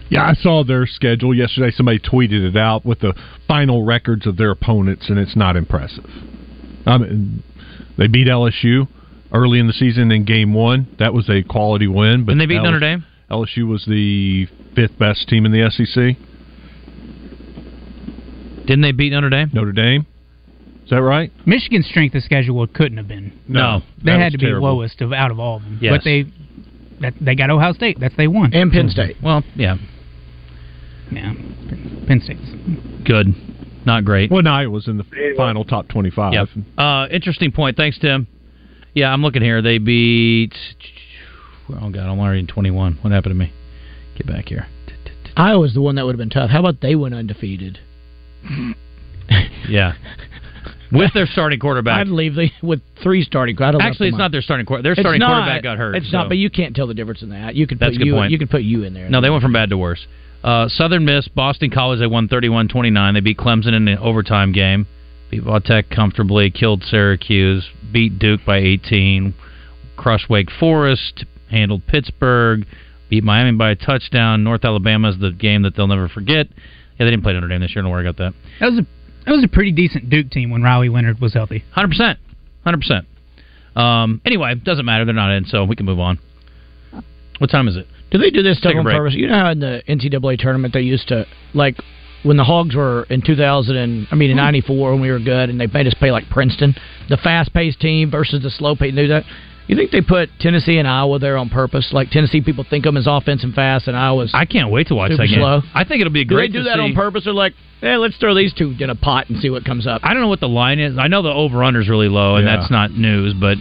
Speaker 4: Yeah, I saw their schedule yesterday. Somebody tweeted it out with the final records of their opponents, and it's not impressive. I mean, they beat LSU early in the season in Game One. That was a quality win. But
Speaker 3: And they beat
Speaker 4: LSU
Speaker 3: Notre Dame.
Speaker 4: LSU was the fifth best team in the E SEC.
Speaker 3: Didn't they beat Notre Dame?
Speaker 4: Notre Dame, is that right?
Speaker 6: Michigan's strength of schedule couldn't have been.
Speaker 3: No.
Speaker 6: They
Speaker 4: that
Speaker 6: had
Speaker 4: was
Speaker 6: to be
Speaker 4: terrible.
Speaker 6: lowest of out of all of them.
Speaker 3: Yes.
Speaker 6: But they that, they got Ohio State. That's they won.
Speaker 5: And Penn State.
Speaker 3: Well, yeah,
Speaker 6: yeah. Penn State's.
Speaker 3: good, not great.
Speaker 4: Well, no, it was in the final top twenty-five.
Speaker 3: Yep. Uh, interesting point. Thanks, Tim. Yeah, I'm looking here. They beat. Oh God, I'm already in 21. What happened to me? Get back here.
Speaker 5: Iowa's the one that would have been tough. How about they went undefeated?
Speaker 3: [LAUGHS] Yeah, with their starting quarterback.
Speaker 5: I'd leave the, with three starting. I'd have left
Speaker 3: Actually,
Speaker 5: them
Speaker 3: it's
Speaker 5: out.
Speaker 3: not their starting quarterback. Their
Speaker 5: It's
Speaker 3: starting
Speaker 5: not.
Speaker 3: quarterback got hurt.
Speaker 5: It's not,
Speaker 3: so-
Speaker 5: but you can't tell the difference in that. You could put
Speaker 3: That's a good
Speaker 5: you.
Speaker 3: point.
Speaker 5: You could put you in there.
Speaker 3: No, they went from bad to worse. Uh, Southern Miss, Boston College, they won 31 29. They beat Clemson in an overtime game. Beat Vautech comfortably, killed Syracuse, beat Duke by 18, crushed Wake Forest, handled Pittsburgh, beat Miami by a touchdown. North Alabama's the game that they'll never forget. Yeah, they didn't play Notre Dame this year. Don't worry about that.
Speaker 6: That was a that was a pretty decent Duke team when Riley Leonard was healthy.
Speaker 3: Hundred percent, hundred percent. Um. Anyway, doesn't matter. They're not in, so we can move on. What time is it?
Speaker 5: Do they do this stuff
Speaker 3: Take a
Speaker 5: on
Speaker 3: break.
Speaker 5: purpose? You know how in the NCAA tournament they used to like when the Hogs were in 2000 and I mean
Speaker 3: Hmm.
Speaker 5: in '94 when we were good and they made us play like Princeton, the fast-paced team versus the slow-paced. Do that? You think they put Tennessee and Iowa there on purpose? Like Tennessee people think them as offense and fast, and Iowa's.
Speaker 3: I can't wait to watch
Speaker 5: Super
Speaker 3: that game.
Speaker 5: slow.
Speaker 3: I think it'll be a
Speaker 5: do they
Speaker 3: great.
Speaker 5: do
Speaker 3: to
Speaker 5: that
Speaker 3: see.
Speaker 5: on purpose? They're like, hey, let's throw these two in a pot and see what comes up.
Speaker 3: I don't know what the line is. I know the over under is really low, and
Speaker 4: Yeah.
Speaker 3: that's not news. But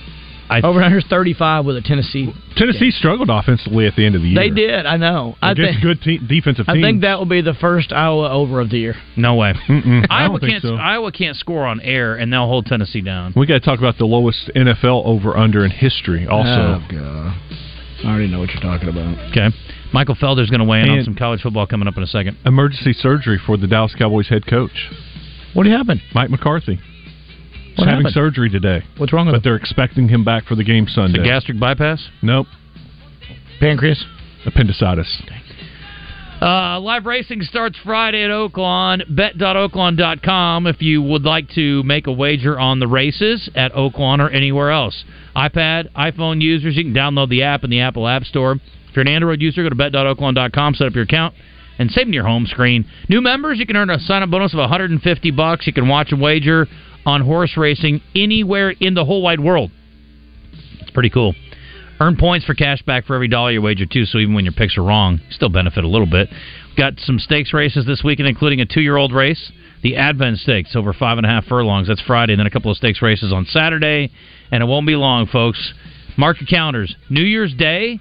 Speaker 3: I
Speaker 5: Over
Speaker 3: [LAUGHS]
Speaker 5: under 35 with a Tennessee.
Speaker 4: Tennessee struggled offensively at the end of the year.
Speaker 5: They did. I know. I
Speaker 4: against
Speaker 5: think.
Speaker 4: good te- defensive
Speaker 5: I
Speaker 4: teams.
Speaker 5: think that will be the first Iowa over of
Speaker 3: [LAUGHS]
Speaker 5: the year.
Speaker 3: no way.
Speaker 4: Mm-mm, I
Speaker 3: Iowa
Speaker 4: don't think
Speaker 3: can't.
Speaker 4: so.
Speaker 3: Iowa can't score on air, and they'll hold Tennessee down.
Speaker 4: We got to talk about the lowest NFL over under in history. Also,
Speaker 5: Oh, God. I already know what you're talking about.
Speaker 3: Okay. Michael Felder's going to weigh in on
Speaker 4: And-
Speaker 3: some college football coming up in a second.
Speaker 4: emergency surgery for the Dallas Cowboys head coach
Speaker 5: What happened?
Speaker 4: Mike McCarthy. He's
Speaker 5: What
Speaker 4: having
Speaker 5: happened?
Speaker 4: surgery today,
Speaker 5: What's wrong with
Speaker 4: but
Speaker 5: the
Speaker 4: they're expecting him back for the game
Speaker 3: It's
Speaker 4: Sunday.
Speaker 3: a gastric bypass.
Speaker 4: Nope,
Speaker 5: pancreas?
Speaker 4: appendicitis.
Speaker 3: Uh, live racing starts Friday at Oaklawn. Bet.oaklawn.com if you would like to make a wager on the races at Oaklawn or anywhere else. iPad, iPhone users, you can download the app in the Apple App Store. If you're an Android user, go to bet.oaklawn.com, set up your account, and save them to your home screen. New members, you can earn a sign-up bonus of 150 bucks. You can watch and wager on horse racing anywhere in the whole wide world. It's pretty cool. Earn points for cash back for every dollar you wager too. So even when your picks are wrong, you still benefit a little bit. Got some stakes races this weekend, including a two-year-old race, the Advent Stakes, over five and a half furlongs. That's Friday, and then a couple of stakes races on Saturday. And it won't be long, folks. Mark your calendars. New Year's Day,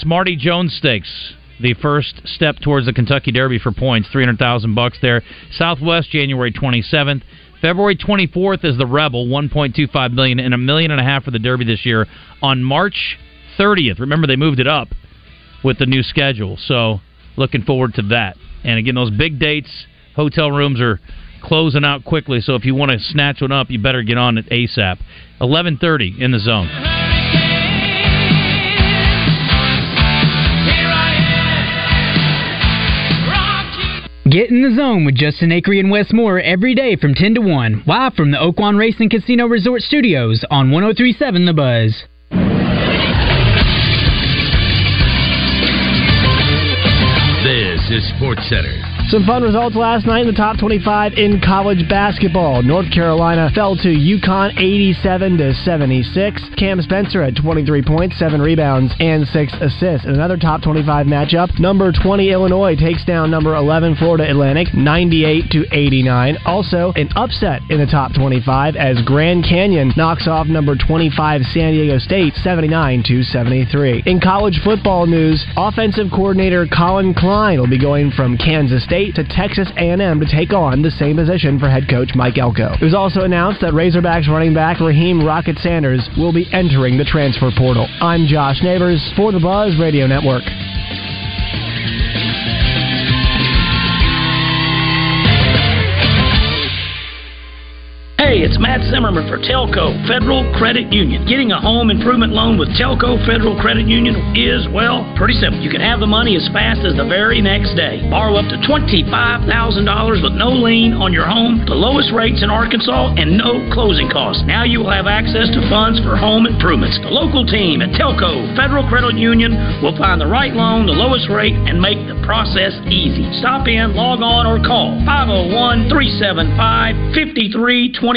Speaker 3: Smarty Jones Stakes. the first step towards the Kentucky Derby for points, three hundred thousand bucks there. Southwest, January twenty seventh. February twenty fourth is the Rebel, one point two five million and a million and a half for the Derby this year. On March thirtieth, remember they moved it up with the new schedule, so looking forward to that. And again, those big dates, hotel rooms are closing out quickly, so if you want to snatch one up, you better get on it ASAP. Eleven thirty in the zone.
Speaker 8: Get in the zone with Justin Akery and Wes Moore every day from 10 to 1, live from the Oakwan Racing Casino Resort Studios on 1037 The Buzz.
Speaker 9: This is Sports Center.
Speaker 10: Some fun results last night in the top 25 in college basketball. North Carolina fell to UConn 87 to 76. Cam Spencer had 23 points, 7 rebounds, and 6 assists. In another top 25 matchup, number 20 Illinois takes down number 11 Florida Atlantic 98 to 89. Also, an upset in the top 25 as Grand Canyon knocks off number 25 San Diego State 79 to 73. In college football news, offensive coordinator Colin Klein will be going from Kansas State to Texas A&M to take on the same position for head coach Mike Elko. It was also announced that Razorbacks running back Raheem Rocket Sanders will be entering the transfer portal. I'm Josh Neighbors for the Buzz Radio Network.
Speaker 11: Hey, it's Matt Zimmerman for Telco Federal Credit Union. Getting a home improvement loan with Telco Federal Credit Union is, well, pretty simple. You can have the money as fast as the very next day. Borrow up to $25,000 with no lien on your home, the lowest rates in Arkansas, and no closing costs. Now you will have access to funds for home improvements. The local team at Telco Federal Credit Union will find the right loan, the lowest rate, and make the process easy. Stop in, log on, or call 501 375 5321.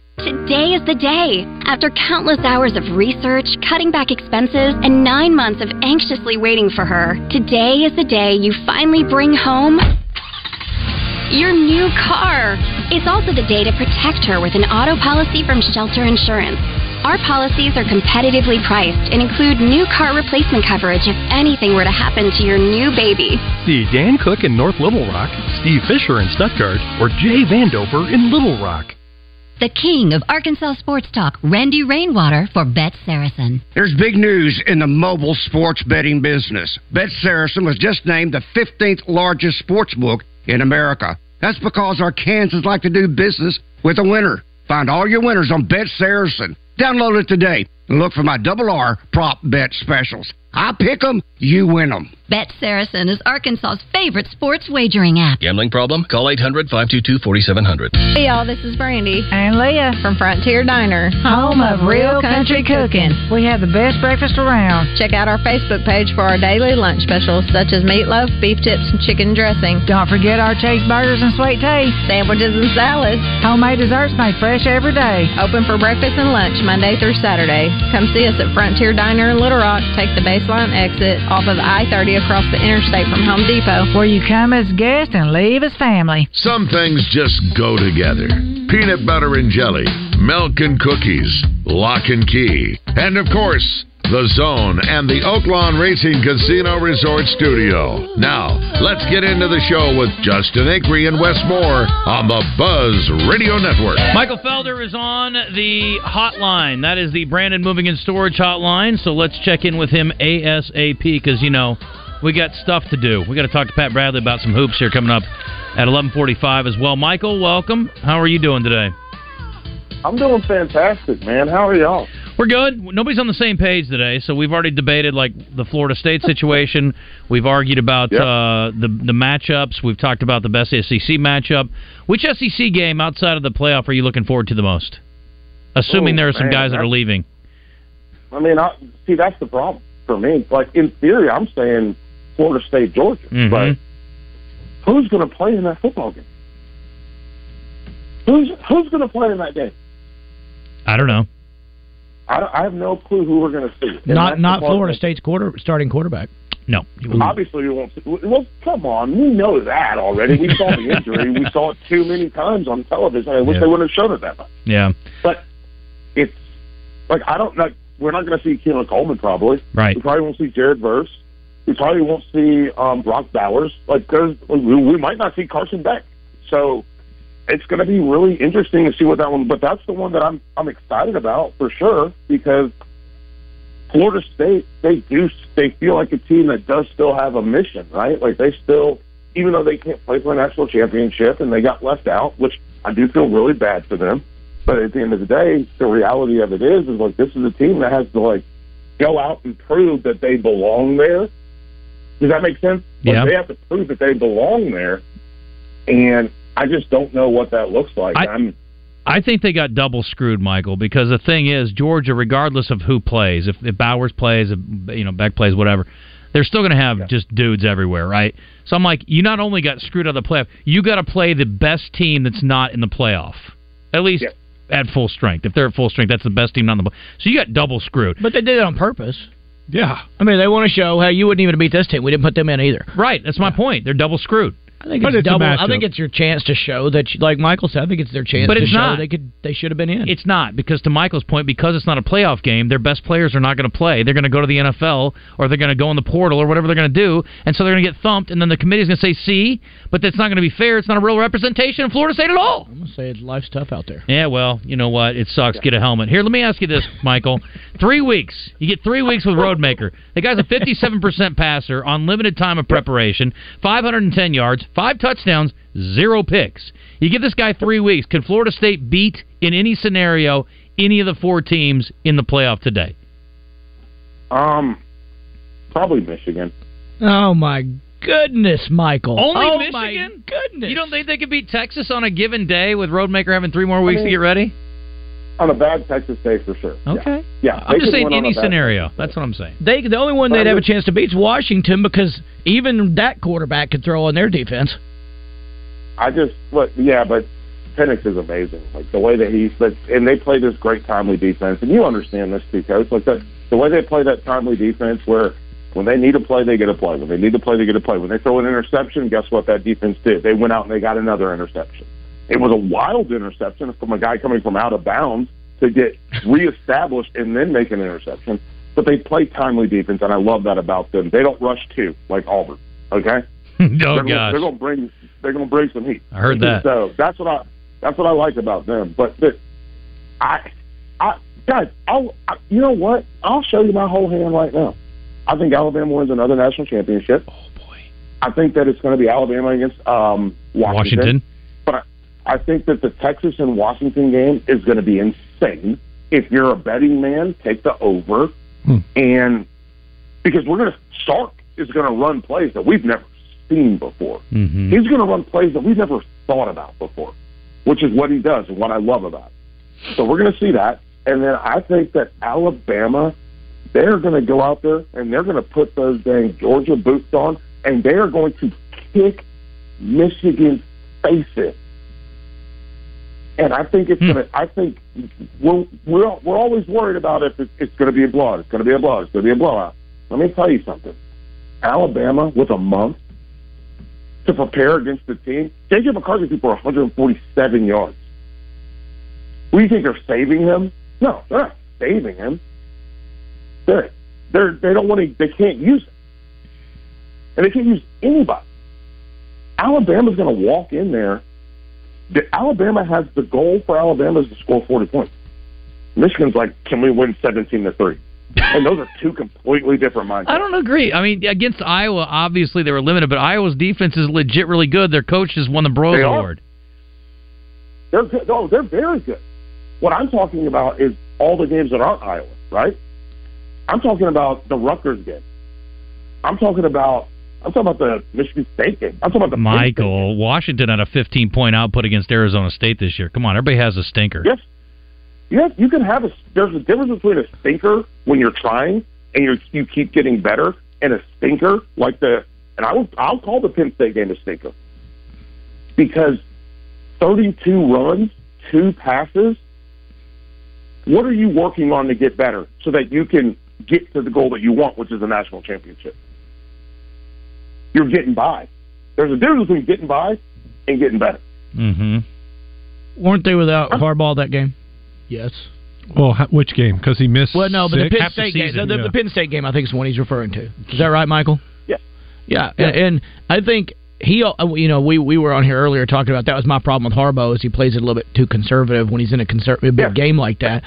Speaker 12: Today is the day. After countless hours of research, cutting back expenses, and nine months of anxiously waiting for her, today is the day you finally bring home your new car. It's also the day to protect her with an auto policy from Shelter Insurance. Our policies are competitively priced and include new car replacement coverage if anything were to happen to your new baby.
Speaker 13: See Dan Cook in North Little Rock, Steve Fisher in Stuttgart, or Jay Vandover in Little Rock.
Speaker 14: The king of Arkansas sports talk, Randy Rainwater for Bet Saracen.
Speaker 15: There's big news in the mobile sports betting business. Bet Saracen was just named the 15th largest sports book in America. That's because our Kansans like to do business with a winner. Find all your winners on Bet Saracen. Download it today and look for my double R prop bet specials. I pick 'em, you win 'em.
Speaker 14: Bet Saracen is Arkansas's favorite sports wagering app.
Speaker 16: Gambling problem? Call 800 522
Speaker 3: [LAUGHS]
Speaker 16: 4700.
Speaker 5: Oh,
Speaker 17: Hey y'all, this is Brandy and Leah from Frontier Diner, home of real country cooking. We have the best breakfast around. Check out our Facebook page for our daily lunch specials such as meatloaf, beef tips, and chicken dressing. Don't forget our cheeseburgers and sweet tea, sandwiches and salads, homemade desserts made fresh every day. Open for breakfast and lunch Monday through Saturday. Come see us at Frontier Diner in Little Rock. Take the baseline exit off of I-30 across the interstate from Home Depot, where you come as guest and leave as family.
Speaker 18: Some things just go together peanut butter and jelly, milk and cookies, lock and key, and of course, the Zone and the Oaklawn Racing Casino Resort Studio. Now, let's get into the show with Justin Acree and Wes Moore on the Buzz Radio Network.
Speaker 3: Michael Felder is on the hotline. That is the Brandon Moving and Storage hotline. So let's check in with him ASAP because, you know, we got stuff to do. We got to talk to Pat Bradley about some hoops here coming up at 11:45 as well. Michael, welcome. How are you doing today?
Speaker 19: I'm doing fantastic, man. How are y'all?
Speaker 3: We're good. Nobody's on the same page today, so we've already debated like the Florida State
Speaker 19: [LAUGHS]
Speaker 3: situation. We've argued about uh, the the matchups. We've talked about the best SEC matchup. Which SEC game outside of the playoff are you looking forward to the most? Assuming
Speaker 19: Oh,
Speaker 3: there are some
Speaker 19: man,
Speaker 3: guys that are
Speaker 19: that's-
Speaker 3: leaving.
Speaker 19: I mean, I see that's the problem for me. Like in theory, I'm saying Florida State, Georgia.
Speaker 3: Mhm.
Speaker 19: Who's going to play in that football game? Who's who's going to play in that game?
Speaker 3: I don't know.
Speaker 19: I, I have no clue who we're going to see. And that's
Speaker 5: Not
Speaker 19: the
Speaker 5: not
Speaker 19: part
Speaker 5: Florida State's quarter starting quarterback.
Speaker 3: No.
Speaker 19: that- Obviously, we won't. See, well, come on, we know that already. We saw the injury. we saw it too many times on television. I wish
Speaker 3: Yeah.
Speaker 19: they wouldn't have shown it that much.
Speaker 3: Yeah.
Speaker 19: But it's like I don't like we're not going to see Keelan Coleman probably.
Speaker 3: Right.
Speaker 19: We probably won't see Jared Verse. We probably won't see um, Brock Bowers. Like there's we, we might not see Carson Beck. So it's going to be really interesting to see what that one. But that's the one that I'm I'm excited about for sure because Florida State they do they feel like a team that does still have a mission, right? Like they still even though they can't play for a national championship and they got left out, which I do feel really bad for them. But at the end of the day, the reality of it is, is like this is a team that has to like go out and prove that they belong there. Does that make sense? Like,
Speaker 3: Yeah.
Speaker 19: They have to prove that they belong there, and I just don't know what that looks like. I, am
Speaker 3: I think they got double screwed, Michael, because the thing is, Georgia, regardless of who plays, if, if Bowers plays, if you know Beck plays, whatever, they're still going to have just dudes everywhere, right? So I'm like, you not only got screwed out of the playoff, you got to play the best team that's not in the playoff, at least at full strength. If they're at full strength, that's the best team not in the. So you got double screwed.
Speaker 5: But they did um, it on purpose.
Speaker 4: Yeah.
Speaker 5: I mean, they want to show how you wouldn't even beat this team. We didn't put them in either.
Speaker 3: Right. That's my point. They're double screwed.
Speaker 5: I think
Speaker 3: But
Speaker 5: it's,
Speaker 3: it's a
Speaker 5: double.
Speaker 3: matchup.
Speaker 5: I think it's your chance to show that, you, like Michael said, I think it's their chance
Speaker 3: But
Speaker 5: to
Speaker 3: it's
Speaker 5: show
Speaker 3: not.
Speaker 5: they could they should have been in.
Speaker 3: It's not because to Michael's point, because it's not a playoff game, their best players are not going to play. They're going to go to the NFL or they're going to go in the portal or whatever they're going to do, and so they're going to get thumped. And then the committee's going to say, "See," but that's not going to be fair. It's not a real representation of Florida State at all.
Speaker 5: I'm gonna say life's tough out there.
Speaker 3: Yeah, well, you know what? It sucks. Get a helmet. Here, let me ask you this, Michael. three weeks. You get three weeks with Roadmaker. The guy's a 57% passer on limited time of preparation, 510 yards, five touchdowns, zero picks. You give this guy three weeks. Can Florida State beat, in any scenario, any of the four teams in the playoff today?
Speaker 19: um probably Michigan.
Speaker 5: Oh my goodness, Michael!
Speaker 3: Only
Speaker 5: oh My,
Speaker 3: Michigan? goodness. You don't think they could beat Texas on a given day with Roadmaker having three more weeks
Speaker 19: I mean,
Speaker 3: to get ready?
Speaker 19: On a bad Texas State for sure.
Speaker 3: Okay.
Speaker 19: Yeah, they
Speaker 3: I'm just
Speaker 19: could
Speaker 3: saying
Speaker 19: win on
Speaker 3: any
Speaker 19: a bad-
Speaker 3: scenario. That's what I'm saying.
Speaker 5: they the only one they'd have a chance to beat is Washington because even that quarterback could throw on their defense.
Speaker 19: I just look, yeah, but Penix is amazing. Like the way that he's, but and they play this great timely defense, and you understand this too, coach. Like the the way they play that timely defense, where when they need a play, they get a play. When they need a play, they get a play. When they throw an interception, guess what that defense did? They went out and they got another interception. It was a wild interception from a guy coming from out of bounds to get reestablished and then make an interception. But they play timely defense, and I love that about them. They don't rush two like Auburn. Okay,
Speaker 3: oh
Speaker 19: they're Gonna,
Speaker 3: gosh.
Speaker 19: they're gonna bring they're gonna bring some heat.
Speaker 3: I heard that.
Speaker 19: So that's what I that's what I like about them. But the, I I guys, I'll, I you know what? I'll show you my whole hand right now. I think Alabama wins another national championship. Oh boy! I think that it's going to be Alabama against um, Washington.
Speaker 3: Washington.
Speaker 19: But I, I think that the Texas and Washington game is going to be insane. If you're a betting man, take the over, and because we're going to Sark is going to run plays that we've never seen before.
Speaker 3: Mm-hmm.
Speaker 19: He's going to run plays that we've never thought about before, which is what he does and what I love about it. So we're going to see that. And then I think that Alabama, they're going to go out there and they're going to put those dang Georgia boots on and they are going to kick Michigan's faces. And I think it's gonna. I think we're we're we're always worried about if it's, it's gonna be a blowout. It's gonna be a blowout. It's gonna be a blowout. Let me tell you something. Alabama with a month to prepare against the team. JJ McCarthy threw for 147 yards. We think they're saving him? No, they're not saving him. They're they're they don't want to. They can't use him, and they can't use anybody. Alabama's going to walk in there. The, Alabama has the goal for Alabama is to score 40 points. Michigan's like, can we win 17 to three? And those are two completely different mindsets.
Speaker 3: I don't agree. I mean, against Iowa, obviously they were limited, but Iowa's defense is legit really good. Their coach has won the Brogue
Speaker 19: They are.
Speaker 3: Award.
Speaker 19: They're good. Oh, they're very good. What I'm talking about is all the games that aren't Iowa, right? I'm talking about the Rutgers game. I'm talking about I'm talking about the Michigan State game. I'm talking about the
Speaker 3: Michael Washington had a 15 point output against Arizona State this year. Come on, everybody has a stinker.
Speaker 19: Yes. Yes, you can have a. There's a difference between a stinker when you're trying and you you keep getting better, and a stinker like the. And I will I'll call the Penn State game a stinker because 32 runs, two passes. What are you working on to get better so that you can get to the goal that you want, which is a national championship? You're getting by. There's a difference between getting by and getting better.
Speaker 3: Mm-hmm.
Speaker 5: Weren't they without Harbaugh that game? Yes.
Speaker 4: Well, h- which game? Because he missed.
Speaker 5: Well, no, Oh, but the
Speaker 4: six?
Speaker 5: Penn State game. The, the Penn State game, I think, is the one he's referring to. Is that right, Michael?
Speaker 19: Yeah.
Speaker 5: Yeah, and, and I think he, uh, you know, we we were on here earlier talking about that was my problem with Harbaugh is he plays it a little bit too conservative when he's in a conservative big game like that.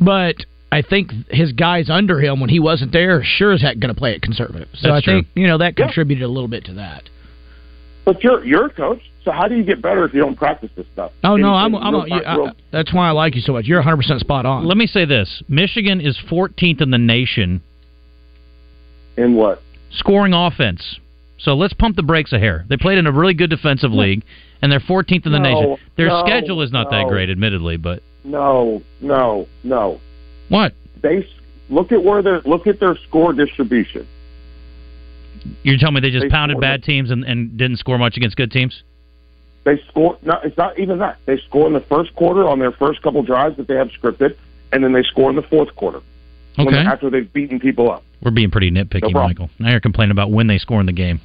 Speaker 5: But I think his guys under him when he wasn't there sure as heck going to play it conservative. So
Speaker 19: That's
Speaker 5: I think you know that
Speaker 19: Yeah.
Speaker 5: contributed a little bit to that.
Speaker 19: But you're you're a coach, so how do you get better if you don't practice this stuff?
Speaker 5: Oh
Speaker 19: And-
Speaker 5: no, I'm,
Speaker 19: and
Speaker 5: I'm,
Speaker 19: real-
Speaker 5: a- you-
Speaker 19: real-
Speaker 5: I- that's why I like you so much. You're 100 percent spot on.
Speaker 3: Let me say this: Michigan is 14th in the nation
Speaker 19: in what
Speaker 3: scoring offense. So let's pump the brakes a hair. They played in a really good defensive league, and they're 14th in
Speaker 19: No,
Speaker 3: the nation. Their
Speaker 19: no,
Speaker 3: schedule is not that
Speaker 19: no.
Speaker 3: great, admittedly, but
Speaker 19: No, no, no.
Speaker 3: What?
Speaker 19: They s- look at where their look at their score distribution.
Speaker 3: you're telling me they just
Speaker 19: They
Speaker 3: pounded
Speaker 19: scored
Speaker 3: bad teams and, and didn't score much against good teams.
Speaker 19: They score. No, it's not even that. They score in the first quarter on their first couple drives that they have scripted, and then they score in the fourth quarter when
Speaker 3: Okay.
Speaker 19: they- after they've beaten people up.
Speaker 3: We're being pretty nitpicky, Michael. Now you're complaining about when they score in the game.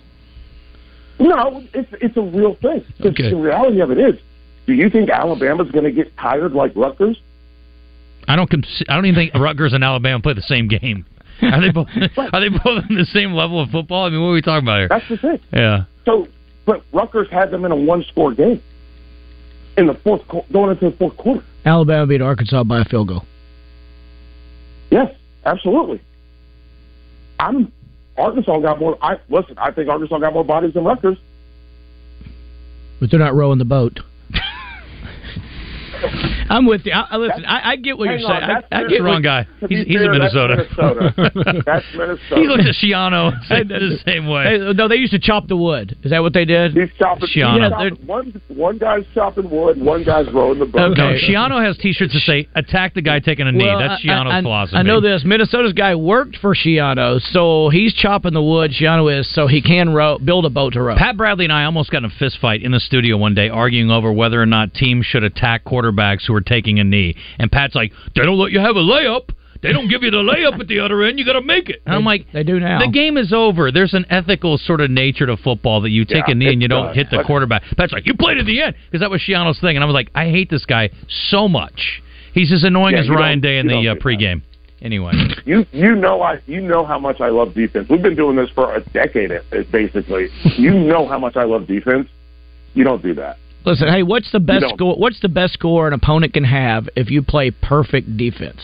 Speaker 19: No, it's it's a real thing. 'Cause
Speaker 3: Okay.
Speaker 19: The reality of it is, do you think Alabama's going to get tired like Rutgers?
Speaker 3: I don't. Cons- I don't even think Rutgers and Alabama play the same game. Are they
Speaker 19: [LAUGHS]
Speaker 3: both? are they both on the same level of football? I mean, what are we talking about here?
Speaker 19: That's the thing.
Speaker 3: yeah.
Speaker 19: So, but Rutgers had them in a one-score game in the fourth qu- going into the fourth quarter.
Speaker 5: Alabama beat Arkansas by a field goal.
Speaker 19: Yes, absolutely. I'm Arkansas got more. I listen. I think Arkansas got more bodies than Rutgers.
Speaker 5: But they're not rowing the [LAUGHS] boat. I'm with you. I, I listen. I, I get what
Speaker 19: Hang
Speaker 5: you're
Speaker 19: on,
Speaker 5: saying. I,
Speaker 19: that's
Speaker 5: I
Speaker 19: Minnesota.
Speaker 5: get what-
Speaker 3: Wrong guy.
Speaker 19: To be
Speaker 3: He's, he's
Speaker 19: fair,
Speaker 3: a Minnesota.
Speaker 19: That's Minnesota.
Speaker 5: [LAUGHS]
Speaker 19: that's Minnesota.
Speaker 3: He looked at Shiano and said
Speaker 5: Hey,
Speaker 3: the same way.
Speaker 5: Hey, no, they used to chop the wood. Is that what they did?
Speaker 19: He's chopping.
Speaker 3: Shiano.
Speaker 19: He's chopping- one one guy's chopping wood, one guy's rowing the boat.
Speaker 3: No, Shiano has T-shirts that say "Attack the guy taking a knee."
Speaker 5: Well,
Speaker 3: That's
Speaker 5: I- I-
Speaker 3: Shiano's
Speaker 5: I,
Speaker 3: philosophy.
Speaker 5: I know this. Minnesota's guy worked for Shiano, so he's chopping the wood. Shiano is, so he can row, build a boat to row.
Speaker 3: Pat Bradley and I almost got in a fist fight in the studio one day, arguing over whether or not teams should attack quarterbacks who are taking a knee. And Pat's like, "They don't let you have a layup. They don't give you the layup at the other end. You got to make it." And I'm like,
Speaker 5: Oh, they do now.
Speaker 3: The game is over. There's an ethical sort of nature to football that you take
Speaker 5: Yeah,
Speaker 3: a knee and you
Speaker 5: it
Speaker 3: don't
Speaker 5: does.
Speaker 3: hit the
Speaker 5: But-
Speaker 3: quarterback. Pat's like, "You played at the end," because that was Shiano's thing. And I was like, "I hate this guy so much. He's as annoying
Speaker 19: Yeah,
Speaker 3: as
Speaker 19: you
Speaker 3: Ryan
Speaker 19: don't-
Speaker 3: Day in
Speaker 19: you
Speaker 3: the uh,
Speaker 19: don't
Speaker 3: pregame."
Speaker 19: [CLEARS THROAT]
Speaker 3: Anyway.
Speaker 19: You you know I you know how much I love defense. We've been doing this for a decade, uh, basically. you know how much I love defense. You don't do that.
Speaker 5: Listen, hey, what's the best
Speaker 19: don't.
Speaker 5: score? What's the best score an opponent can have if you play perfect defense?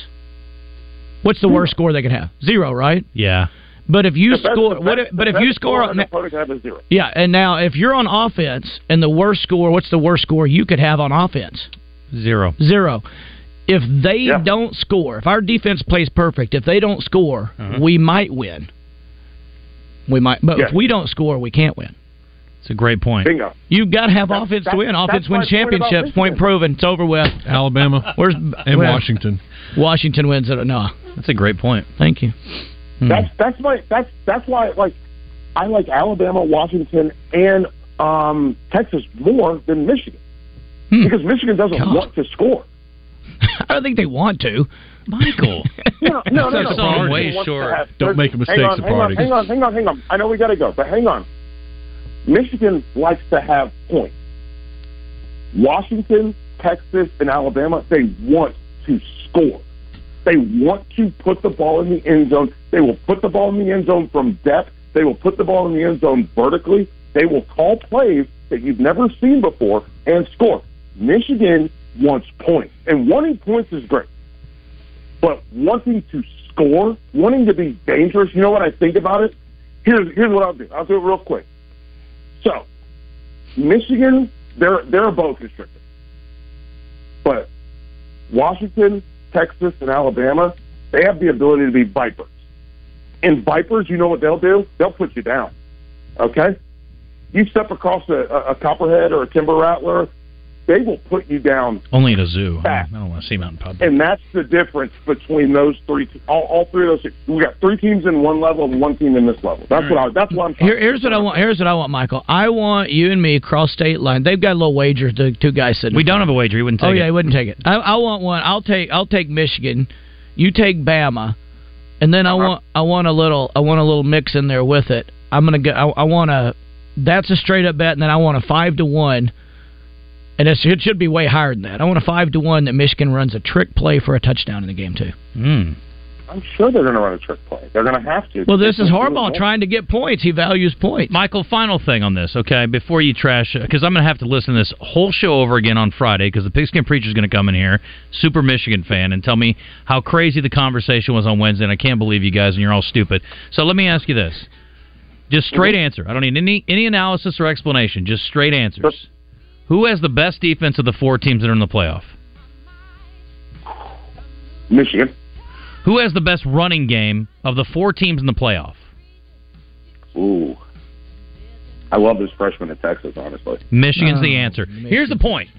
Speaker 5: What's the worst score they can have? Zero, right?
Speaker 3: Yeah.
Speaker 5: But if you
Speaker 19: The best-
Speaker 5: score,
Speaker 19: the
Speaker 5: what?
Speaker 19: best-
Speaker 5: If, but
Speaker 19: the
Speaker 5: if you
Speaker 19: best
Speaker 5: score,
Speaker 19: score an opponent can have is zero.
Speaker 5: yeah. And now, if you're on offense, and the worst score, what's the worst score you could have on offense?
Speaker 3: Zero.
Speaker 5: Zero. If they don't score, if our defense plays perfect, if they don't score, we might win. We might, but if we don't score, we can't win.
Speaker 3: It's a great point.
Speaker 19: Bingo.
Speaker 5: You've got to have offense to win. Offense wins championships. Point proven. It's over with.
Speaker 4: Alabama.
Speaker 5: [LAUGHS] Where's
Speaker 4: and
Speaker 5: where-
Speaker 4: Washington.
Speaker 5: Washington wins it. No,
Speaker 3: that's a great point.
Speaker 5: Thank you. Hmm.
Speaker 19: That's that's my that's that's why like I like Alabama, Washington, and um, Texas more than Michigan because Michigan doesn't want to score.
Speaker 5: I don't think they want to. [LAUGHS]
Speaker 3: Michael,
Speaker 19: No, no, no,
Speaker 5: That's
Speaker 19: no.
Speaker 5: the wrong way,
Speaker 19: Michigan wants
Speaker 5: sure.
Speaker 19: to have-
Speaker 5: Don't make a mistake,
Speaker 19: Hang on, hang on,
Speaker 5: Sabardi.
Speaker 19: hang on, hang on, hang on. I know we got to go, but hang on. Michigan likes to have points. Washington, Texas, and Alabama, they want to score. They want to put the ball in the end zone. They will put the ball in the end zone from depth. They will put the ball in the end zone vertically. They will call plays that you've never seen before and score. Michigan wants points, and wanting points is great, but wanting to score, wanting to be dangerous, you know what I think about it? Here's here's what I'll do. I'll do it real quick. So, Michigan, they're they're a both restricted, but Washington, Texas, and Alabama, they have the ability to be vipers. And vipers, you know what they'll do? They'll put you down. Okay, you step across a, a, a copperhead or a timber rattler, they will put you down
Speaker 3: Only in a zoo. I don't, I don't want to see mountain pub.
Speaker 19: and that's the difference between those three, te- all, all three of those. We got three teams in one level and one team in this level. That's what I. That's what I'm.
Speaker 5: Here, here's what I want. Here's what I want, Michael. I want you and me cross state line. They've got a little wager. The two guys sitting.
Speaker 3: We don't have a wager. He wouldn't take
Speaker 5: oh yeah,
Speaker 3: it.
Speaker 5: he wouldn't take it. I, I want one. I'll take. I'll take Michigan. You take Bama, and then I want. I want a little. I want a little mix in there with it. I'm gonna go. I, I want a. That's a straight up bet, and then I want a five to one. And it's, it should be way higher than that. I want a five to one that Michigan runs a trick play for a touchdown in the game too.
Speaker 19: I'm sure they're going to run a trick play. They're going to have to.
Speaker 5: Well, this is Harbaugh trying to get points. He values points.
Speaker 3: Michael, final thing on this, okay? Before you trash, because I'm going to have to listen to this whole show over again on Friday, because the Pigskin Preacher's going to come in here, super Michigan fan, and tell me how crazy the conversation was on Wednesday. And I can't believe you guys, and you're all stupid. So let me ask you this: just straight
Speaker 5: Mm-hmm.
Speaker 3: answer. I don't need any any analysis or explanation. Just straight answers. Who has the best defense of the four teams that are in the playoff?
Speaker 19: Michigan.
Speaker 3: Who has the best running game of the four teams in the playoff?
Speaker 19: Ooh, I love this freshman at Texas. Honestly,
Speaker 3: Michigan's the answer. Here's the point.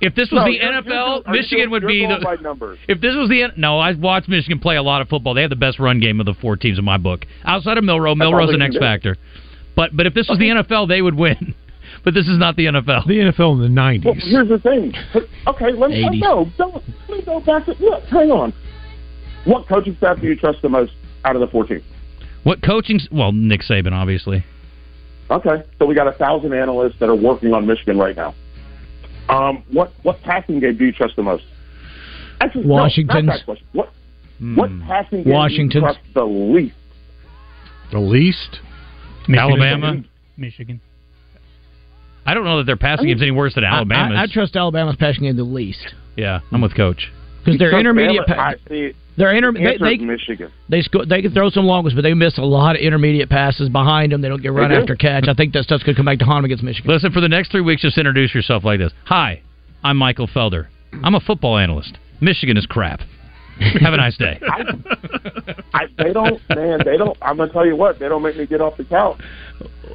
Speaker 3: If this was
Speaker 19: No,
Speaker 3: the
Speaker 19: you're- you're
Speaker 3: NFL,
Speaker 19: doing- are you
Speaker 3: Michigan
Speaker 19: doing-
Speaker 3: would
Speaker 19: you're
Speaker 3: be
Speaker 19: going
Speaker 3: the
Speaker 19: by numbers.
Speaker 3: If this was the N- no, I watched Michigan play a lot of football. They have the best run game of the four teams in my book. Outside of Milrow,
Speaker 5: That's all
Speaker 3: Milrow's
Speaker 5: they
Speaker 3: an
Speaker 5: can
Speaker 3: X
Speaker 5: do.
Speaker 3: factor. But but if this was the NFL, they would win. [LAUGHS] But this is not the NFL.
Speaker 4: The NFL in the '90s.
Speaker 19: Well, here's the thing. Okay, let me
Speaker 3: Eighties.
Speaker 19: no, don't, let me go back. To, look, hang on. What coaching staff do you trust the most out of the four teams?
Speaker 3: What coaching? s- Well, Nick Saban, obviously.
Speaker 19: Okay, so we got a thousand analysts that are working on Michigan right now. Um, what what passing game do you trust the most? Actually, no, not
Speaker 5: Washington's.
Speaker 19: that question. What what passing game do
Speaker 5: Washington's.
Speaker 19: you trust the least?
Speaker 4: The least.
Speaker 3: Alabama.
Speaker 6: Michigan.
Speaker 3: I don't know that their passing game's any worse than Alabama's.
Speaker 5: I, I trust Alabama's passing game the least
Speaker 3: yeah, I'm with Coach.
Speaker 5: because their
Speaker 19: Because
Speaker 5: intermediate.
Speaker 19: Bama-
Speaker 5: pa-
Speaker 19: I see-
Speaker 5: their inter-
Speaker 19: the
Speaker 5: they,
Speaker 19: answer
Speaker 5: they,
Speaker 19: is Michigan.
Speaker 5: they sco- they can throw some long ones, but they miss a lot of intermediate passes behind them. They don't get run
Speaker 3: do.
Speaker 5: after catch. I think that stuff's going to come back to haunt them against Michigan.
Speaker 3: Listen, for the next three weeks, just introduce yourself like this. Hi, I'm Michael Felder. I'm a football analyst. Michigan is crap. Have a nice [LAUGHS] day.
Speaker 19: [LAUGHS] I, they don't, man. They don't. I'm gonna tell you what. They don't make me get off the couch.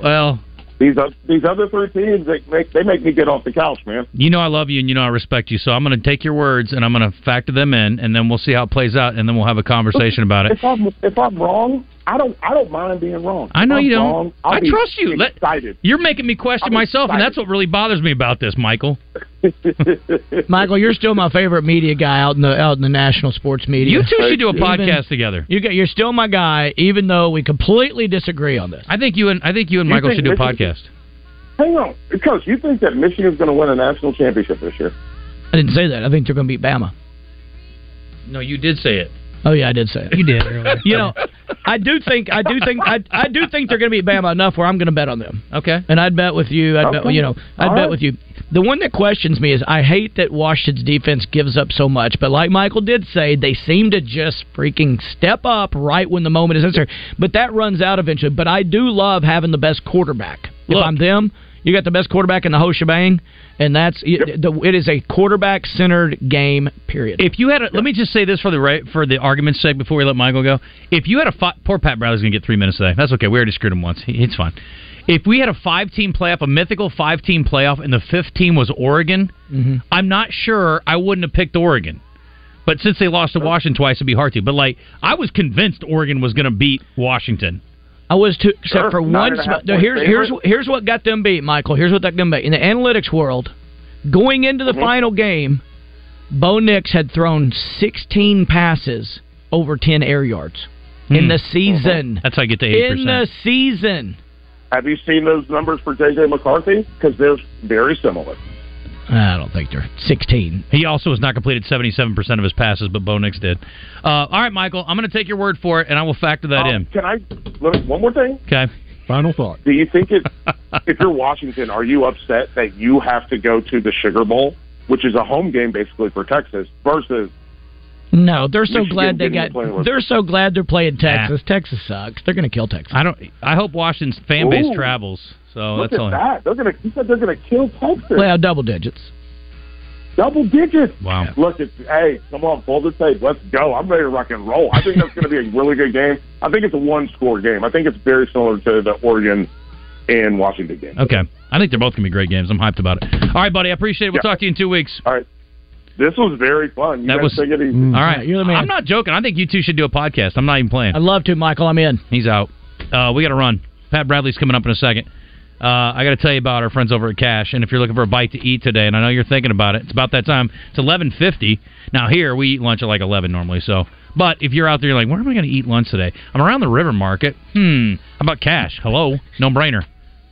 Speaker 3: Well,
Speaker 19: These o- these other three teams, they make they make me get off the couch, man.
Speaker 3: you know I love you and you know I respect you, so I'm going to take your words and I'm going to factor them in, and then we'll see how it plays out, and then we'll have a conversation about it.
Speaker 19: If I'm if I'm wrong, I don't I don't mind being wrong.
Speaker 3: I know
Speaker 19: If I'm
Speaker 3: you don't.
Speaker 19: wrong, I'll
Speaker 3: I
Speaker 19: be
Speaker 3: trust you. Let-
Speaker 19: Excited.
Speaker 3: You're making me question
Speaker 19: I'm
Speaker 3: myself, and that's what really bothers me about this, Michael.
Speaker 5: [LAUGHS] Michael, you're still my favorite media guy out in the out in the national sports media.
Speaker 3: You two should do a
Speaker 5: Even-
Speaker 3: podcast together.
Speaker 5: You got, you're still my guy, even though we completely disagree on this.
Speaker 3: I think you and I think you and
Speaker 5: You
Speaker 3: Michael
Speaker 5: think
Speaker 3: should do a
Speaker 5: Michigan-
Speaker 3: podcast.
Speaker 19: Hang on, coach. You think that Michigan's going to win a national championship this year?
Speaker 5: I didn't say that. I think they're going to beat Bama.
Speaker 3: No, you did say it.
Speaker 5: Oh yeah, I did say it. You did. you know, I do think I do think I, I do think they're going to beat Bama enough where I'm going to bet on them.
Speaker 3: Okay.
Speaker 5: And I'd bet with you. I'd bet
Speaker 3: Okay.
Speaker 5: you know. I'd
Speaker 3: All
Speaker 5: bet
Speaker 3: right.
Speaker 5: with you. The one that questions me is I hate that Washington's defense gives up so much, but like Michael did say, they seem to just freaking step up right when the moment is necessary. But that runs out eventually. But I do love having the best quarterback. If I'm them, you got the best quarterback in the whole shebang, and that's it, the, it is a quarterback centered game. Period.
Speaker 3: If you had, a, let me just say this for the right for the argument's sake before we let Michael go. If you had a fi- poor Pat Bradley's going to get three minutes today. That's okay. We already screwed him once. He, it's fine. If we had a five-team playoff, a mythical five-team playoff, and the fifth team was Oregon,
Speaker 5: Mm-hmm.
Speaker 3: I'm not sure I wouldn't have picked Oregon. But since they lost to Washington twice, it'd be hard to. But like, I was convinced Oregon was going to beat Washington.
Speaker 5: I was too, except
Speaker 3: Sure.
Speaker 5: for
Speaker 3: Nine
Speaker 5: one.
Speaker 3: and a half
Speaker 5: Spot. No,
Speaker 3: point
Speaker 5: here's here's
Speaker 3: favorite.
Speaker 5: here's what got them beat, Michael. Here's what that got them beat in the analytics world. Going into the
Speaker 3: Mm-hmm.
Speaker 5: final game, Bo Nix had thrown 16 passes over 10 air yards in
Speaker 3: Hmm.
Speaker 5: the season.
Speaker 3: That's how I get to eight
Speaker 5: In the
Speaker 3: percent.
Speaker 5: season,
Speaker 19: Have you seen those numbers for JJ McCarthy? Because they're very similar.
Speaker 5: I don't think they're 16.
Speaker 3: He also has not completed 77% of his passes, but Bo Nix did. Uh, all right, Michael, I'm going to take your word for it, and I will factor that in.
Speaker 19: Can I let me- one more thing?
Speaker 3: Okay.
Speaker 4: Final thought.
Speaker 19: Do you think it, [LAUGHS] if you're Washington, are you upset that you have to go to the Sugar Bowl, which is a home game basically for Texas, versus
Speaker 5: No, they're so
Speaker 3: Michigan
Speaker 5: glad they
Speaker 3: didn't
Speaker 5: got.
Speaker 3: play with-
Speaker 5: They're so glad they're playing Texas. Texas sucks. They're going to kill Texas.
Speaker 3: I don't. I hope Washington's fan base
Speaker 5: Ooh.
Speaker 3: travels. So
Speaker 5: Look
Speaker 3: that's
Speaker 5: at
Speaker 3: all.
Speaker 19: that. They're gonna. You said they're gonna kill Texas.
Speaker 5: Well, double digits.
Speaker 19: Double digits.
Speaker 3: Wow.
Speaker 19: Look, it's, hey, come on, pull the tape. Let's go. I'm ready to rock and roll. I think that's going to be a really good game. I think it's a one score game. I think it's very similar to the Oregon and Washington game.
Speaker 3: Okay. I think they're both going to be great games. I'm hyped about it. All right, buddy. I appreciate it. We'll talk to you in two weeks.
Speaker 19: All right. This was very fun. You
Speaker 3: that
Speaker 19: guys
Speaker 3: was Mm.
Speaker 19: take it easy.
Speaker 3: all right. I'm not joking. I think you two should do a podcast. I'm not even playing. I'd
Speaker 5: love to, Michael. I'm in.
Speaker 3: He's out. Uh, we got to run. Pat Bradley's coming up in a second. Uh, I got to tell you about our friends over at Cash, and if you're looking for a bite to eat today, and I know you're thinking about it, it's about that time. It's 11:50 now. Here we eat lunch at like 11 normally. So, but if you're out there, you're like, where am I going to eat lunch today? I'm around the River Market. Hmm. How about Cash? Hello, no brainer.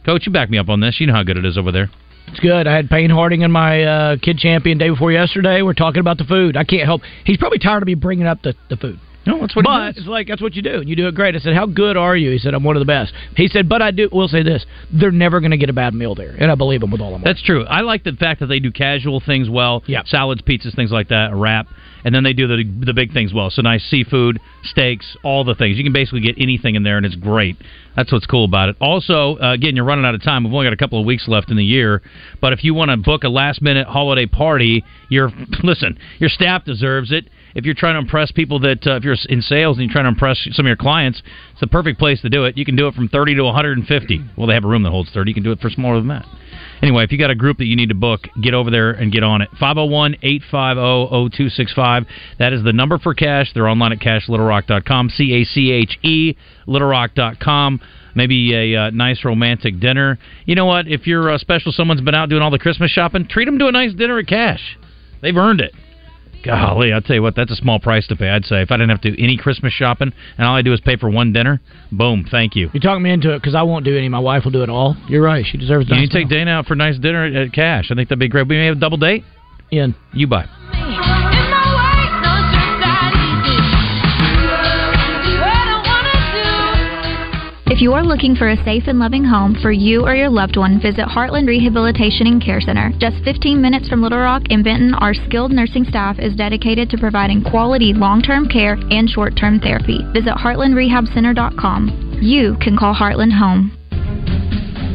Speaker 3: Coach, you back me up on this. You know how good it is over there.
Speaker 5: It's good. I had Payne Harding and my uh, kid champion day before yesterday. We're talking about the food. I can't help. He's probably tired of me bringing up the, the food.
Speaker 3: No, that's what.
Speaker 5: But it's like that's what you do, and you do it great. I said, "How good are you?" He said, "I'm one of the best." He said, "But I do. We'll say this: they're never going to get a bad meal there," and I believe him with all of my.
Speaker 3: That's true. I like the fact that they do casual things well, salads, pizzas, things like that, a wrap, and then they do the the big things well. So nice seafood, steaks, all the things. You can basically get anything in there, and it's great. That's what's cool about it. Also, uh, again, you're running out of time. We've only got a couple of weeks left in the year, but if you want to book a last minute holiday party, your [LAUGHS] listen, your staff deserves it. If you're trying to impress people that uh, if you're in sales and you're trying to impress some of your clients, it's the perfect place to do it. You can do it from 30 to 150. Well, they have a room that holds 30. You can do it for smaller than that. Anyway, if you got a group that you need to book, get over there and get on it. 501-850-0265. That is the number for cash. They're online at cashlittlerock.com, C A C H E littlerock.com. Maybe a uh, nice romantic dinner. You know what? If you're uh, special, someone's been out doing all the Christmas shopping, treat them to a nice dinner at Cash. They've earned it. Golly, I'll tell you what, that's a small price to pay, I'd say. If I didn't have to do any Christmas shopping and all I do is pay for one dinner, boom, thank you.
Speaker 5: You talking me into it because I won't do any. My wife will do it all. You're right. She deserves
Speaker 3: Can
Speaker 5: that.
Speaker 3: you take Dana out for a nice dinner at, at Cash? I think that'd be great. We may have a double date.
Speaker 5: In.
Speaker 3: You buy.
Speaker 1: If you are looking for a safe and loving home for you or your loved one, visit Heartland Rehabilitation and Care Center. Just 15 minutes from Little Rock and Benton, our skilled nursing staff is dedicated to providing quality long term care and short term therapy. Visit heartlandrehabcenter.com. You can call Heartland home.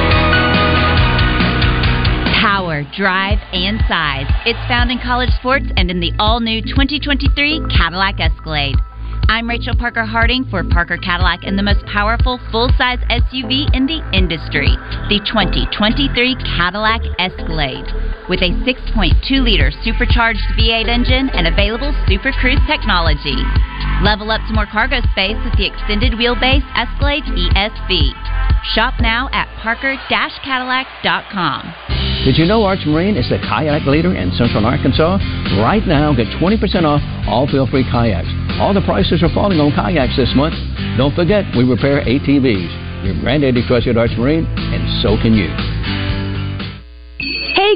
Speaker 14: Power, drive, and size. It's found in college sports and in the all new 2023 Cadillac Escalade. I'm Rachel Parker Harding for Parker Cadillac and the most powerful full size SUV in the industry, the 2023 Cadillac Escalade. With a 6.2 liter supercharged V8 engine and available Super Cruise technology. Level up to more cargo space with the extended wheelbase Escalade ESV. Shop now at parker cadillac.com.
Speaker 20: Did you know Arch Marine is the kayak leader in Central Arkansas? Right now, get 20% off all feel-free kayaks. All the prices are falling on kayaks this month. Don't forget, we repair ATVs. Your granddaddy trusted Arch Marine, and so can you.
Speaker 21: Hey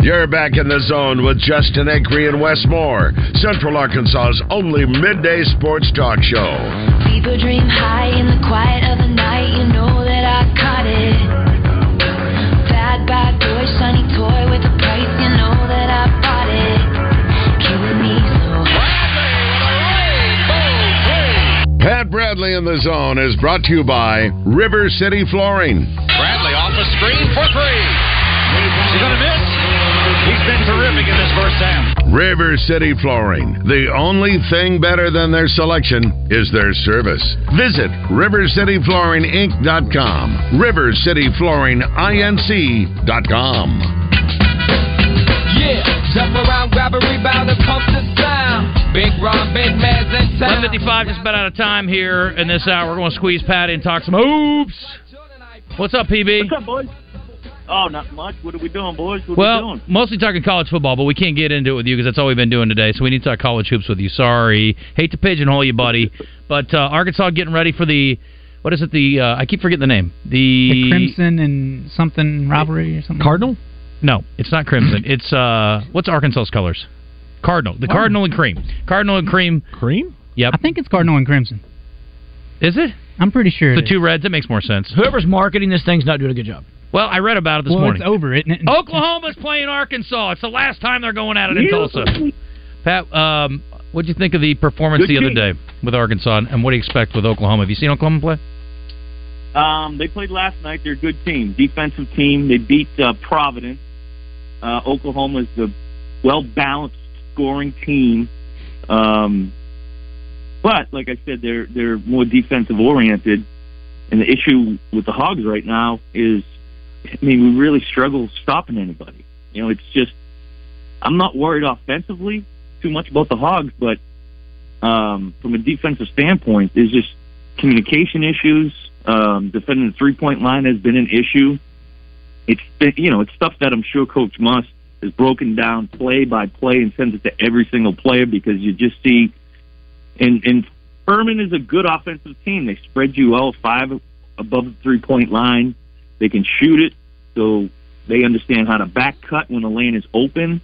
Speaker 18: You're back in the zone with Justin Acree and Wes Moore, Central Arkansas's only midday sports talk show.
Speaker 14: Leave
Speaker 20: fever dream high in the quiet of the night. You know that I caught it. Bad, bad boy, shiny toy with a price. You know that I bought it. Killing me
Speaker 2: Pat Bradley in the Zone is brought to you by River City Flooring.
Speaker 22: Bradley off the screen for three. He's going to miss. He's been terrific in this first half.
Speaker 2: River City Flooring. The only thing better than their selection is their service. Visit rivercityflooringinc.com. rivercityflooringinc.com.
Speaker 23: Yeah, jump around, grab a rebound, and pump the sound. Big Ron, big Maz, and town.
Speaker 3: 1155, just about out of time here in this hour. We're going to squeeze Pat in, talk some hoops. What's up, PB?
Speaker 9: What's up, boys? Oh, not much. What are we doing, boys? What are we
Speaker 3: Well,
Speaker 9: doing?
Speaker 3: mostly talking college football, but we can't get into it with you because that's all we've been doing today. So we need to talk college hoops with you. Sorry, hate to pigeonhole you, buddy. But uh, Arkansas getting ready for the what is it? The uh, I keep forgetting the name. The,
Speaker 6: The Crimson and something rivalry or something.
Speaker 3: Cardinal? No, it's not crimson. It's uh, what's Arkansas's colors? Cardinal. The
Speaker 6: Oh.
Speaker 3: Cardinal and cream. Cardinal and cream. Cream. Yep.
Speaker 6: I think it's Cardinal and Crimson.
Speaker 3: Is it?
Speaker 6: I'm pretty sure.
Speaker 3: The two reds. That makes
Speaker 6: [LAUGHS]
Speaker 3: more sense.
Speaker 5: Whoever's marketing this thing's not doing a good job.
Speaker 3: Well, I read about it this
Speaker 5: Well,
Speaker 3: morning.
Speaker 5: it's over,
Speaker 6: isn't it?
Speaker 3: Oklahoma's playing Arkansas. It's the last time they're going at it in Tulsa. Pat, um, what'd you think of the performance
Speaker 9: Good
Speaker 3: the other
Speaker 9: team.
Speaker 3: day with Arkansas, and what do you expect with Oklahoma? Have you seen Oklahoma play?
Speaker 9: Um, they played last night. They're a good team, defensive team. They beat uh, Providence. Uh, Oklahoma is a well balanced scoring team, um, but like I said, they're they're more defensive oriented. And the issue with the Hogs right now is, I mean, we really struggle stopping anybody. You know, it's just I'm not worried offensively too much about the Hogs, but um, from a defensive standpoint, there's just communication issues. Um, defending the three point line has been an issue. It's been, you know it's stuff that I'm sure Coach Must is broken down play by play and sends it to every single player because you just see and and Furman is a good offensive team. They spread you all five above the three point line. They can shoot it, so they understand how to back cut when the lane is open.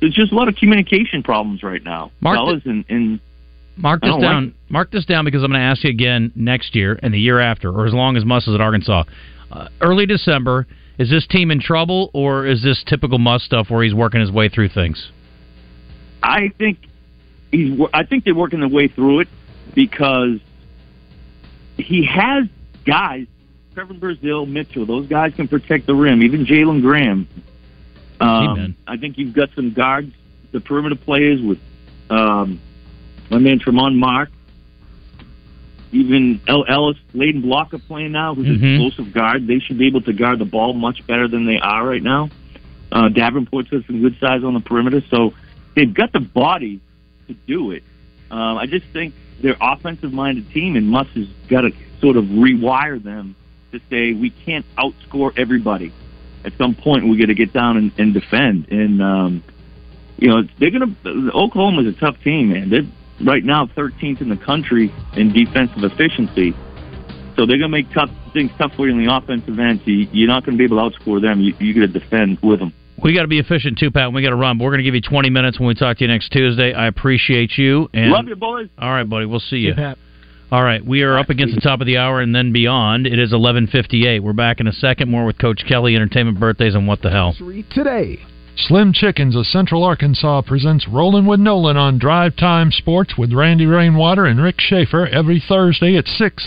Speaker 9: There's just a lot of communication problems right now,
Speaker 3: Mark,
Speaker 9: fellas, and, and
Speaker 3: Mark
Speaker 9: I
Speaker 3: this
Speaker 9: don't
Speaker 3: down.
Speaker 9: like
Speaker 3: mark this down because I'm going to ask you again next year and the year after, or as long as Muss is at Arkansas. Uh, early December, is this team in trouble, or is this typical Muss stuff where he's working his way through things?
Speaker 9: I think he's. wor- I think they're working their way through it because he has guys. Trevor Brazil, Mitchell, those guys can protect the rim. Even Jalen Graham. Um, I think you've got some guards, the perimeter players with um, my man Tremont Mark, even L. Ellis, Layden Blocker playing now, who's an explosive guard. They should be able to guard the ball much better than they are right now. Uh, Davenport's got some good size on the perimeter, so they've got the body to do it. Um, I just think they're offensive-minded team, and Muss has got to sort of rewire them to say we can't outscore everybody. At some point, we got to get down and, and defend. And um, you know they're going to. Oklahoma's a tough team, man. They're right now 13th in the country in defensive efficiency. So they're going to make tough things tough for you in the offensive end. So you- you're not going to be able to outscore them. You, you got to defend with them.
Speaker 3: We got to be efficient too, Pat. and We got to run. But we're going to give you 20 minutes when we talk to you next Tuesday. I appreciate you. And
Speaker 9: Love you, boys.
Speaker 3: All right, buddy. We'll see you. All right, we are up against the top of the hour and then beyond. It is 11:58. We're back in a second more with Coach Kelly, entertainment birthdays, and what the hell.
Speaker 4: today. Slim Chickens of Central Arkansas presents Rolling with Nolan on Drive Time Sports with Randy Rainwater and Rick Schaefer every Thursday at 6